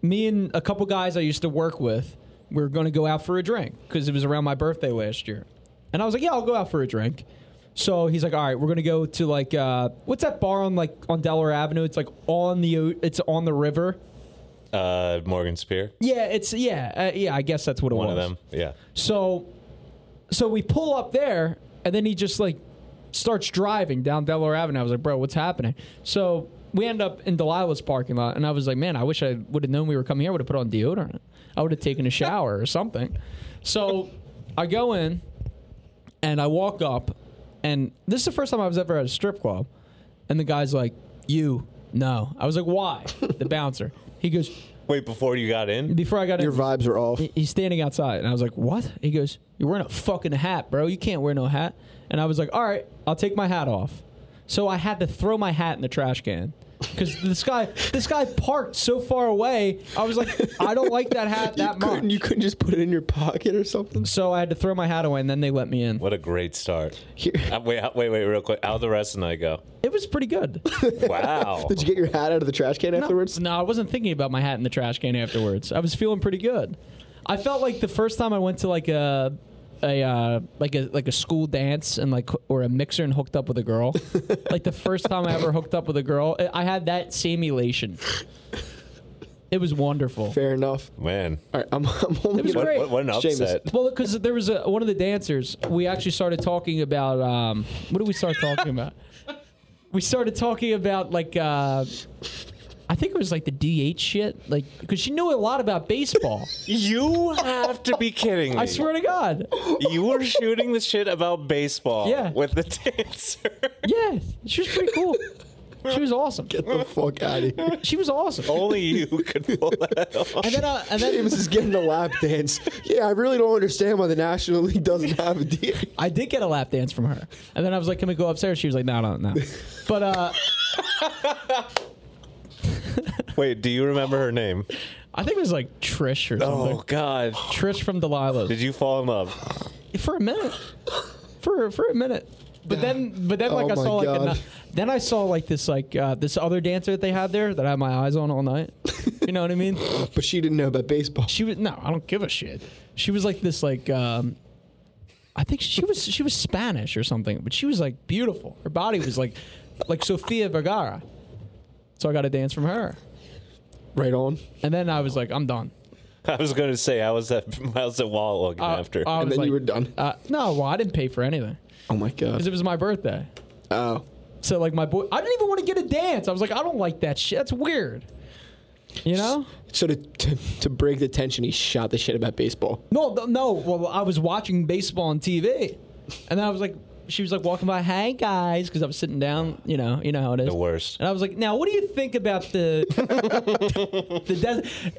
Speaker 1: me and a couple guys I used to work with, we were going to go out for a drink because it was around my birthday last year, and I was like, "Yeah, I'll go out for a drink." So he's like, "All right, we're going to go to like uh, what's that bar on like on Delaware Avenue? It's like on the o- it's on the river.
Speaker 3: Uh, Morgan Spear.
Speaker 1: Yeah, it's yeah uh, yeah. I guess that's what it
Speaker 3: One
Speaker 1: was.
Speaker 3: of them. Yeah.
Speaker 1: So, so we pull up there, and then he just like starts driving down Delaware Avenue. I was like, bro, what's happening? So we end up in Delilah's parking lot, and I was like, man, I wish I would have known we were coming here. I would have put on deodorant. I would have taken a shower or something. So I go in, and I walk up, and this is the first time I was ever at a strip club. And the guy's like, you, no. I was like, why? the bouncer. He goes,
Speaker 3: Wait, before you got in?
Speaker 1: before I got
Speaker 2: Your
Speaker 1: in,
Speaker 2: vibes are off.
Speaker 1: he- he's standing outside and i was like what he goes you're wearing a fucking hat bro you can't wear no hat and i was like all right i'll take my hat off so i had to throw my hat in the trash can because this guy this guy parked so far away i was like i don't like that hat that much
Speaker 2: Couldn't you couldn't just put it in your pocket or something?
Speaker 1: so i had to throw my hat away and then they let me in
Speaker 3: What a great start.
Speaker 2: Here.
Speaker 3: Uh, wait, uh, wait, wait, real quick. How'd the rest of the night go?
Speaker 1: it was pretty good
Speaker 3: Wow.
Speaker 2: Did you get your hat out of the trash can afterwards?
Speaker 1: No, I wasn't thinking about my hat in the trash can afterwards. I was feeling pretty good. I felt like the first time I went to like a a uh, like a like a school dance and like or a mixer and hooked up with a girl. like the first time I ever hooked up with a girl, I- I had that same elation. It was wonderful.
Speaker 2: Fair enough.
Speaker 3: Man.
Speaker 2: All right, I'm, I'm only
Speaker 1: was
Speaker 2: gonna-
Speaker 1: great.
Speaker 3: What, what, what an
Speaker 2: Seamus.
Speaker 3: upset.
Speaker 1: Well, because there was a, one of the dancers. We actually started talking about um, what did we start talking about? We started talking about like uh, I think it was like the DH shit, like because she knew a lot about baseball.
Speaker 3: You have to be kidding me.
Speaker 1: I swear to God,
Speaker 3: You were shooting the shit about baseball
Speaker 1: Yeah.
Speaker 3: with the dancer.
Speaker 1: yeah, she was pretty cool. She was awesome.
Speaker 2: Get the fuck out of here.
Speaker 1: She was awesome.
Speaker 3: Only you could pull that off.
Speaker 1: And then uh, and then
Speaker 2: James is getting a lap dance. Yeah, I really don't understand why the National League doesn't have a deal.
Speaker 1: I did get a lap dance from her, and then I was like, "Can we go upstairs?" She was like, "No, no, no." But uh,
Speaker 3: Wait, do you remember her name?
Speaker 1: I think it was like Trish or something.
Speaker 3: Oh, God.
Speaker 1: Trish from Delilah's.
Speaker 3: Did you fall in love?
Speaker 1: for a minute, for for a minute. But then, but then, like
Speaker 2: Oh
Speaker 1: I
Speaker 2: my
Speaker 1: saw, like
Speaker 2: God.
Speaker 1: ano- then I saw like this, like uh, this other dancer that they had there that I had my eyes on all night. you know what I mean?
Speaker 2: But she didn't know about baseball.
Speaker 1: She was no, I don't give a shit. She was like this, like um, I think she was she was Spanish or something, but she was like beautiful. Her body was like like Sofia Vergara. So I got a dance from her,
Speaker 2: Right on.
Speaker 1: and then I was like, I'm done.
Speaker 3: I was going to say, how was that, how's that wallet looking
Speaker 1: I-
Speaker 3: after?
Speaker 1: I
Speaker 2: And
Speaker 1: was
Speaker 2: then you were
Speaker 1: like,
Speaker 2: done.
Speaker 1: uh, no, well, I didn't pay for anything
Speaker 2: Oh my
Speaker 1: because
Speaker 2: god.
Speaker 1: it was my birthday.
Speaker 2: Oh.
Speaker 1: So like my boy, I didn't even want to get a dance. I was like, I don't like that shit. That's weird. You know?
Speaker 2: So to, to to break the tension, he shot the shit about baseball.
Speaker 1: No, th- no. Well, I was watching baseball on TV, and then I was like, she was like walking by, "Hey guys," because I was sitting down. You know, you know how it is.
Speaker 3: the worst.
Speaker 1: And I was like, now, what do you think about the the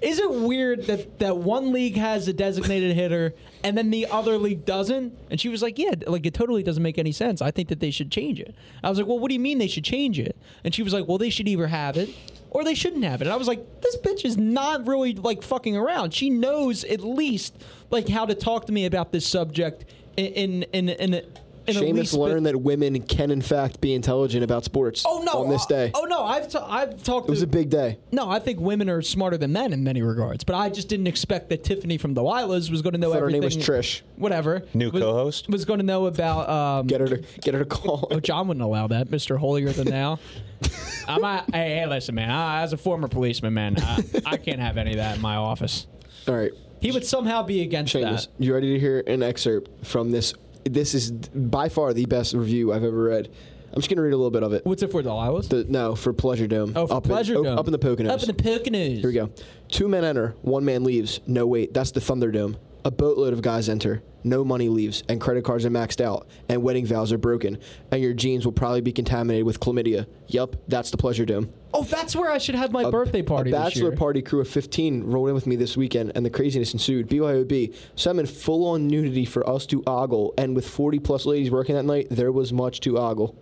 Speaker 1: des- Is it weird that that one league has a designated hitter and then the other league doesn't? And she was like, yeah, like it totally doesn't make any sense. I think that they should change it. I was like, well, what do you mean they should change it? And she was like, well, they should either have it or they shouldn't have it. And I was like, this bitch is not really like fucking around. She knows at least like how to talk to me about this subject in in in. in, a- in a least
Speaker 2: Seamus
Speaker 1: bit-
Speaker 2: learned that women can, in fact, be intelligent about sports.
Speaker 1: Oh no!
Speaker 2: On this
Speaker 1: uh,
Speaker 2: day,
Speaker 1: oh no! I've t- I've talked.
Speaker 2: it was
Speaker 1: to,
Speaker 2: a big day.
Speaker 1: No, I think women are smarter than men in many regards, but I just didn't expect that Tiffany from Delilah's was going to know
Speaker 2: Thought her
Speaker 1: everything.
Speaker 2: name was Trish.
Speaker 1: Whatever.
Speaker 3: New
Speaker 1: was,
Speaker 3: co-host?
Speaker 1: was going to know about. Um,
Speaker 2: Get her to get her to call.
Speaker 1: oh, John wouldn't allow that, Mister Holier than Thou. I'm not, hey, hey, listen, man. I, as a former policeman, man, I, I can't have any of that in my office.
Speaker 2: All right,
Speaker 1: He would somehow be against
Speaker 2: Seamus,
Speaker 1: that.
Speaker 2: you ready to hear an excerpt from this? This is by far the best review I've ever read. I'm just gonna read a little bit of it.
Speaker 1: What's it for Delilah's?
Speaker 2: The- no, for Pleasure Dome.
Speaker 1: oh, for
Speaker 2: up
Speaker 1: pleasure
Speaker 2: in,
Speaker 1: dome.
Speaker 2: Up in the Poconos.
Speaker 1: Up in the Poconos.
Speaker 2: Here we go. Two men enter, one man leaves. No, wait, that's the Thunderdome. A boatload of guys enter. No money leaves, and credit cards are maxed out, and wedding vows are broken, and your jeans will probably be contaminated with chlamydia. Yup, that's the Pleasure Dome.
Speaker 1: Oh, that's where I should have my birthday party.
Speaker 2: A
Speaker 1: this
Speaker 2: bachelor
Speaker 1: year.
Speaker 2: party crew of 15 rolled in with me this weekend, and the craziness ensued. BYOB, some in full on nudity for us to ogle, and with 40 plus ladies working that night, there was much to ogle.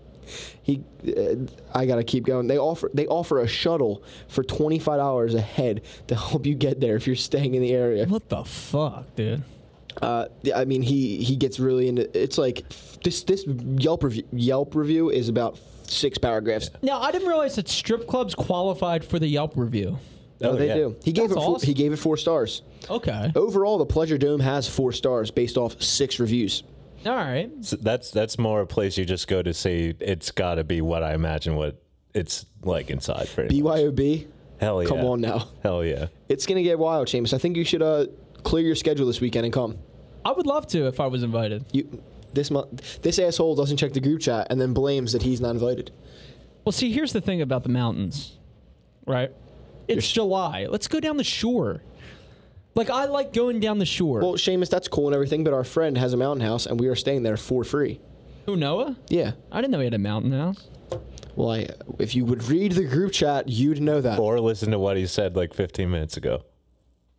Speaker 2: He, uh, I gotta keep going. They offer they offer a shuttle for twenty five dollars a head to help you get there if you're staying in the area.
Speaker 1: What the fuck, dude?
Speaker 2: Uh, yeah, I mean, he he gets really into. It's like this this Yelp review Yelp review is about six paragraphs.
Speaker 1: Now, I didn't realize that strip clubs qualified for the Yelp review.
Speaker 2: Oh, they
Speaker 3: yeah.
Speaker 2: do. He gave
Speaker 1: That's
Speaker 2: it four,
Speaker 1: awesome.
Speaker 2: he gave it four stars.
Speaker 1: Okay.
Speaker 2: Overall, the Pleasure Dome has four stars based off six reviews.
Speaker 1: All right.
Speaker 3: So that's that's more a place you just go to see. It's got to be what I imagine what it's like inside. Pretty much.
Speaker 2: BYOB,
Speaker 3: Hell yeah!
Speaker 2: come on now.
Speaker 3: Hell yeah!
Speaker 2: It's going to get wild, Seamus. I think you should uh, clear your schedule this weekend and come.
Speaker 1: I would love to if I was invited.
Speaker 2: You, this month, this asshole doesn't check the group chat and then blames that he's not invited.
Speaker 1: Well, see, here's the thing about the mountains, right? It's July. Let's go down the shore. Like I like going down the shore.
Speaker 2: Well, Seamus, that's cool and everything, but our friend has a mountain house and we are staying there for free.
Speaker 1: Who Noah?
Speaker 2: Yeah.
Speaker 1: I didn't know he had a mountain house.
Speaker 2: Well, I, if you would read the group chat, you'd know that.
Speaker 3: Or listen to what he said like 15 minutes ago.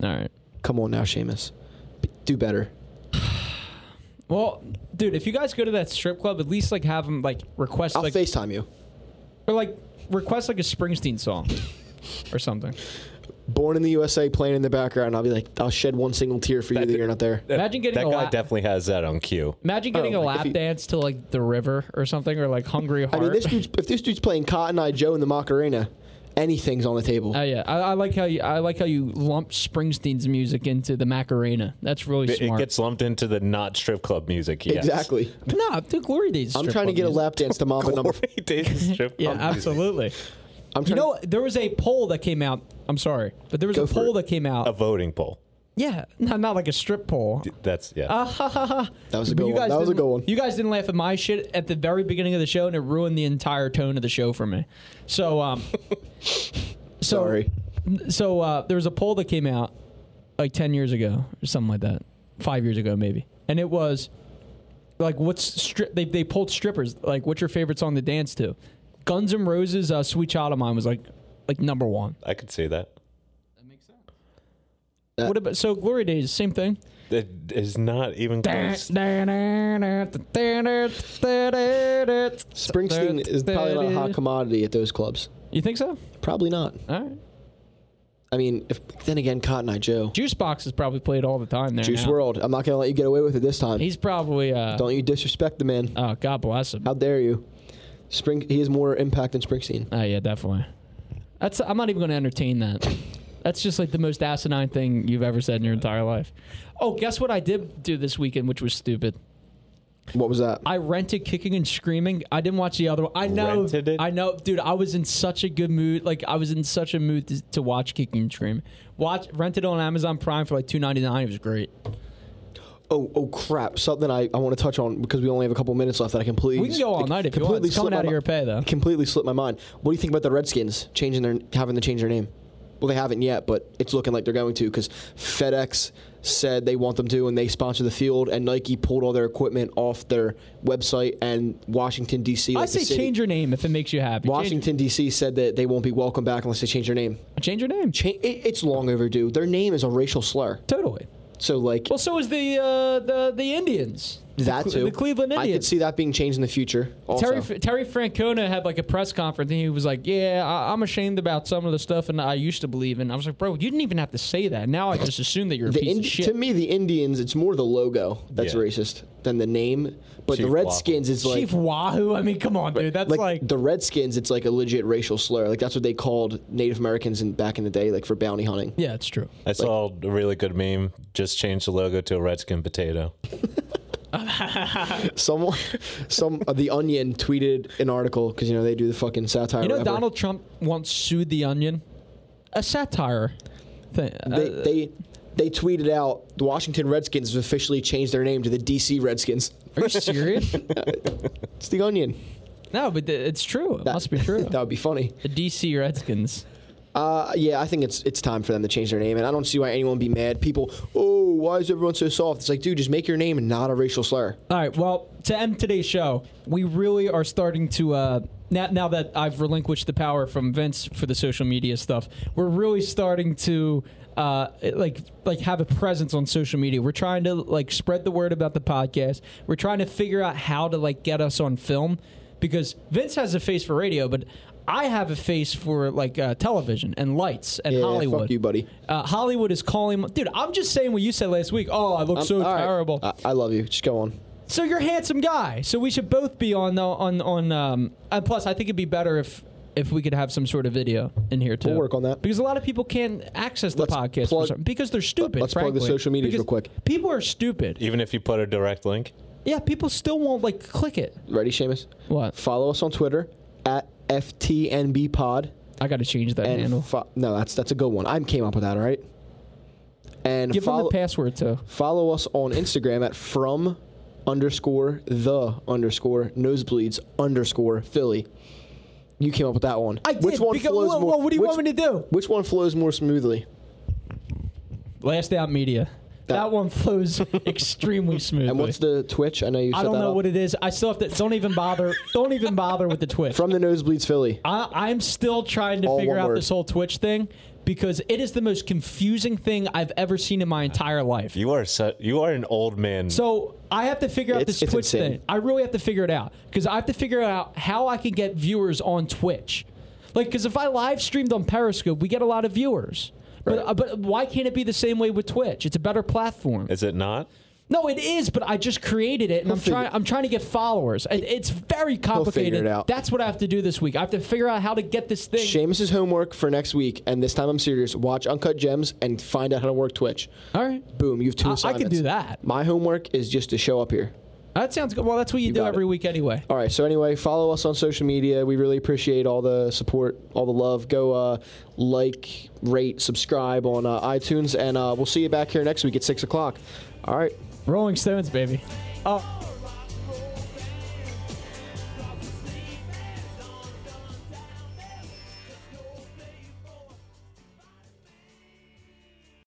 Speaker 1: All right.
Speaker 2: Come on now, Seamus. B- Do better.
Speaker 1: Well, dude, if you guys go to that strip club, at least like have them like request
Speaker 2: I'll
Speaker 1: like
Speaker 2: FaceTime you.
Speaker 1: or like request like a Springsteen song or something.
Speaker 2: Born in the USA playing in the background. I'll be like, I'll shed one single tear for you that, you're not there.
Speaker 1: Imagine getting
Speaker 3: that
Speaker 1: a
Speaker 3: guy
Speaker 1: la-
Speaker 3: definitely has that on cue.
Speaker 1: Imagine getting
Speaker 2: Oh,
Speaker 1: a
Speaker 2: like, if
Speaker 1: lap
Speaker 2: you-
Speaker 1: dance to like the river or something, or like Hungry Heart.
Speaker 2: I mean, this dude's, if this dude's playing Cotton Eye Joe in the Macarena, anything's on the table.
Speaker 1: Oh yeah, I, I like how you I like how you lump Springsteen's music into the Macarena. That's really
Speaker 3: It- It
Speaker 1: smart.
Speaker 3: gets lumped into the not strip club music. Yes.
Speaker 2: Exactly.
Speaker 1: no, the Glory Days.
Speaker 2: I'm trying to get a lap dance to Mamba number.
Speaker 3: He did strip
Speaker 1: Yeah,
Speaker 3: club music.
Speaker 1: absolutely.
Speaker 2: I'm
Speaker 1: You
Speaker 2: trying
Speaker 1: know, there was a poll that came out. I'm sorry, but there was
Speaker 2: Go
Speaker 1: a
Speaker 2: for
Speaker 1: poll
Speaker 2: it.
Speaker 1: that came out.
Speaker 3: A voting poll.
Speaker 1: yeah, not not like a strip poll.
Speaker 3: That's yeah.
Speaker 1: Uh,
Speaker 2: that was a
Speaker 1: But
Speaker 2: good
Speaker 1: you
Speaker 2: one.
Speaker 1: guys
Speaker 2: That was a
Speaker 1: didn't-
Speaker 2: good one.
Speaker 1: You guys didn't laugh at my shit at the very beginning of the show, and it ruined the entire tone of the show for me. So, um, so,
Speaker 2: Sorry.
Speaker 1: So uh, there was a poll that came out like ten years ago or something like that, five years ago maybe, and it was like, "What's strip?" They they pulled strippers like, "What's your favorite song to dance to?" Guns N' Roses, uh, "Sweet Child of Mine" was like like number one.
Speaker 3: I could see that.
Speaker 2: Uh,
Speaker 1: What about so Glory Days? Same thing.
Speaker 3: It is not even close.
Speaker 2: Springsteen is probably not a hot commodity at those clubs.
Speaker 1: You think so?
Speaker 2: Probably not.
Speaker 1: All right.
Speaker 2: I mean, if then again, Cotton Eye Joe,
Speaker 1: Juice Box is probably played all the time there.
Speaker 2: Juice
Speaker 1: now.
Speaker 2: World. I'm not gonna let you get away with it this time.
Speaker 1: He's probably. Uh,
Speaker 2: Don't you disrespect the man?
Speaker 1: oh, God bless him.
Speaker 2: How dare you? Spring. He has more impact than Springsteen.
Speaker 1: Oh yeah, definitely. That's. I'm not even going to entertain that. That's just like the most asinine thing you've ever said in your entire life. Oh, guess what I did do this weekend, which was stupid.
Speaker 2: What was that?
Speaker 1: I rented Kicking and Screaming. I didn't watch the other one. I know.
Speaker 3: Rented it?
Speaker 1: I know, dude. I was in such a good mood. Like I was in such a mood to, to watch Kicking and Screaming. Watch rented on Amazon Prime for like two ninety nine. It was great.
Speaker 2: Oh, oh crap! Something I, I want to touch on because we only have a couple minutes left that I completely
Speaker 1: We can go all
Speaker 2: like,
Speaker 1: night if you want.
Speaker 2: completely
Speaker 1: It's coming
Speaker 2: slipped my
Speaker 1: out of
Speaker 2: mi-
Speaker 1: your pay, though.
Speaker 2: Completely slipped my mind. What do you think about the Redskins changing their having to change their name? Well, they haven't yet, but it's looking like they're going to because FedEx said they want them to, and they sponsor the field, and Nike pulled all their equipment off their website, and Washington D.C.
Speaker 1: I
Speaker 2: like the
Speaker 1: say
Speaker 2: city-
Speaker 1: change your name if it makes you happy. Change,
Speaker 2: Washington D.C. said that they won't be welcome back unless they change their name.
Speaker 1: change your name.
Speaker 2: Cha- it, it's long overdue. Their name is a racial slur,
Speaker 1: Totally.
Speaker 2: so like
Speaker 1: Well, so is the uh, the the Indians.
Speaker 2: that
Speaker 1: the, Cle-
Speaker 2: too.
Speaker 1: The Cleveland
Speaker 2: I could
Speaker 1: Indians.
Speaker 2: see that being changed in the future. Also.
Speaker 1: Terry Terry Francona had like a press conference and he was like, "Yeah, I, I'm ashamed about some of the stuff and I used to believe in." I was like, "Bro, you didn't even have to say that. Now I just assume that you're a
Speaker 2: The
Speaker 1: piece
Speaker 2: Ind-
Speaker 1: of shit."
Speaker 2: to me, the Indians, it's more the logo that's
Speaker 3: Yeah.
Speaker 2: racist than the name. But
Speaker 3: Chief
Speaker 2: the Redskins, it's like,
Speaker 1: Chief Wahoo. I mean, come on, dude. That's
Speaker 2: like,
Speaker 1: like,
Speaker 2: the Redskins, it's like a legit racial slur. Like that's what they called Native Americans in, back in the day, like for bounty hunting.
Speaker 1: yeah, it's true.
Speaker 3: I saw a really good meme. Just change the logo to a redskin potato.
Speaker 2: Someone, some uh, the Onion tweeted an article because you know they do the fucking satire.
Speaker 1: You know,
Speaker 2: whatever.
Speaker 1: Donald Trump once sued the Onion, a satire thing.
Speaker 2: They,
Speaker 1: Uh,
Speaker 2: they they tweeted out the Washington Redskins have officially changed their name to the D.C. Redskins.
Speaker 1: are you serious?
Speaker 2: It's the Onion.
Speaker 1: no, but th- it's true. It
Speaker 2: That-
Speaker 1: must be true.
Speaker 2: that would be funny.
Speaker 1: the DC Redskins.
Speaker 2: Uh, yeah, I think it's it's time for them to change their name, and I don't see why anyone would be mad. People, oh, why is everyone so soft? It's like, dude, just make your name not a racial slur.
Speaker 1: All right. Well, to end today's show, we really are starting to uh, now. Now that I've relinquished the power from Vince for the social media stuff, we're really starting to uh, like like have a presence on social media. We're trying to like spread the word about the podcast. We're trying to figure out how to like get us on film because Vince has a face for radio, but I have a face for like uh, television and lights and
Speaker 2: Yeah,
Speaker 1: Hollywood.
Speaker 2: fuck you, buddy.
Speaker 1: Uh, Hollywood is calling, dude. I'm just saying what you said last week. Oh, I look
Speaker 2: I'm-
Speaker 1: so
Speaker 2: all right.
Speaker 1: terrible.
Speaker 2: I, I love you. Just go on.
Speaker 1: So you're a handsome guy. So we should both be on the on on. Um, and plus, I think it'd be better if if we could have some sort of video in here too.
Speaker 2: We'll work on that.
Speaker 1: because a lot of people can't access the
Speaker 2: Let's
Speaker 1: podcast for
Speaker 2: plug-
Speaker 1: some, because they're stupid.
Speaker 2: let's plug the
Speaker 1: frankly.
Speaker 2: social medias
Speaker 1: Because
Speaker 2: real quick.
Speaker 1: People are stupid.
Speaker 3: Even if you put a direct link,
Speaker 1: Yeah, people still won't like click it.
Speaker 2: Ready, Seamus?
Speaker 1: What?
Speaker 2: Follow us on Twitter at ftnbpod.
Speaker 1: I got to change that handle.
Speaker 2: And fo- no, that's that's a good one. I came up with that. All right. And
Speaker 1: Give them
Speaker 2: follow
Speaker 1: the password too.
Speaker 2: follow us on Instagram at from underscore the underscore nosebleeds underscore Philly. You came up with that one.
Speaker 1: I did.
Speaker 2: Which one
Speaker 1: because,
Speaker 2: flows
Speaker 1: whoa,
Speaker 2: more?
Speaker 1: whoa, what do you
Speaker 2: which,
Speaker 1: want me to do?
Speaker 2: Which one flows more smoothly?
Speaker 1: Last Out Media. That,
Speaker 2: That-
Speaker 1: one flows extremely smoothly.
Speaker 2: And what's the Twitch? I know you. Set
Speaker 1: I don't
Speaker 2: that
Speaker 1: know
Speaker 2: up.
Speaker 1: what it is. I still have to. Don't even bother. don't even bother with the Twitch.
Speaker 2: From the nosebleeds Philly.
Speaker 1: I, I'm still trying to
Speaker 2: All
Speaker 1: figure
Speaker 2: one
Speaker 1: out
Speaker 2: word.
Speaker 1: this whole Twitch thing because it is the most confusing thing I've ever seen in my entire life.
Speaker 3: You are su you are an old man.
Speaker 1: So I have to figure out
Speaker 2: It's-
Speaker 1: this
Speaker 2: it's
Speaker 1: Twitch
Speaker 2: insane.
Speaker 1: thing. I really have to figure it out because I have to figure out how I can get viewers on Twitch. Like, because if I live streamed on Periscope, we get a lot of viewers. But,
Speaker 2: Right.
Speaker 1: uh, but why can't it be the same way with Twitch? It's a better platform.
Speaker 3: is it not?
Speaker 1: No, it is, but I just created it, and I'm
Speaker 2: figure-
Speaker 1: trying. I'm trying to get followers, and it's very complicated.
Speaker 2: it out.
Speaker 1: That's what I have to do this week. I have to figure out how to get this thing.
Speaker 2: Seamus' homework for next week, and this time I'm serious. Watch Uncut Gems and find out how to work Twitch.
Speaker 1: All right,
Speaker 2: Boom, you have two
Speaker 1: I- I could
Speaker 2: assignments.
Speaker 1: do that.
Speaker 2: My homework is just to show up here.
Speaker 1: that sounds good. Well, that's what you, do
Speaker 2: got
Speaker 1: every
Speaker 2: it.
Speaker 1: week anyway.
Speaker 2: All right. So anyway, follow us on social media. We really appreciate all the support, all the love. Go uh, like, rate, subscribe on uh, iTunes, and uh, we'll see you back here next week at six o'clock. All right.
Speaker 1: Rolling Stones, baby. Oh.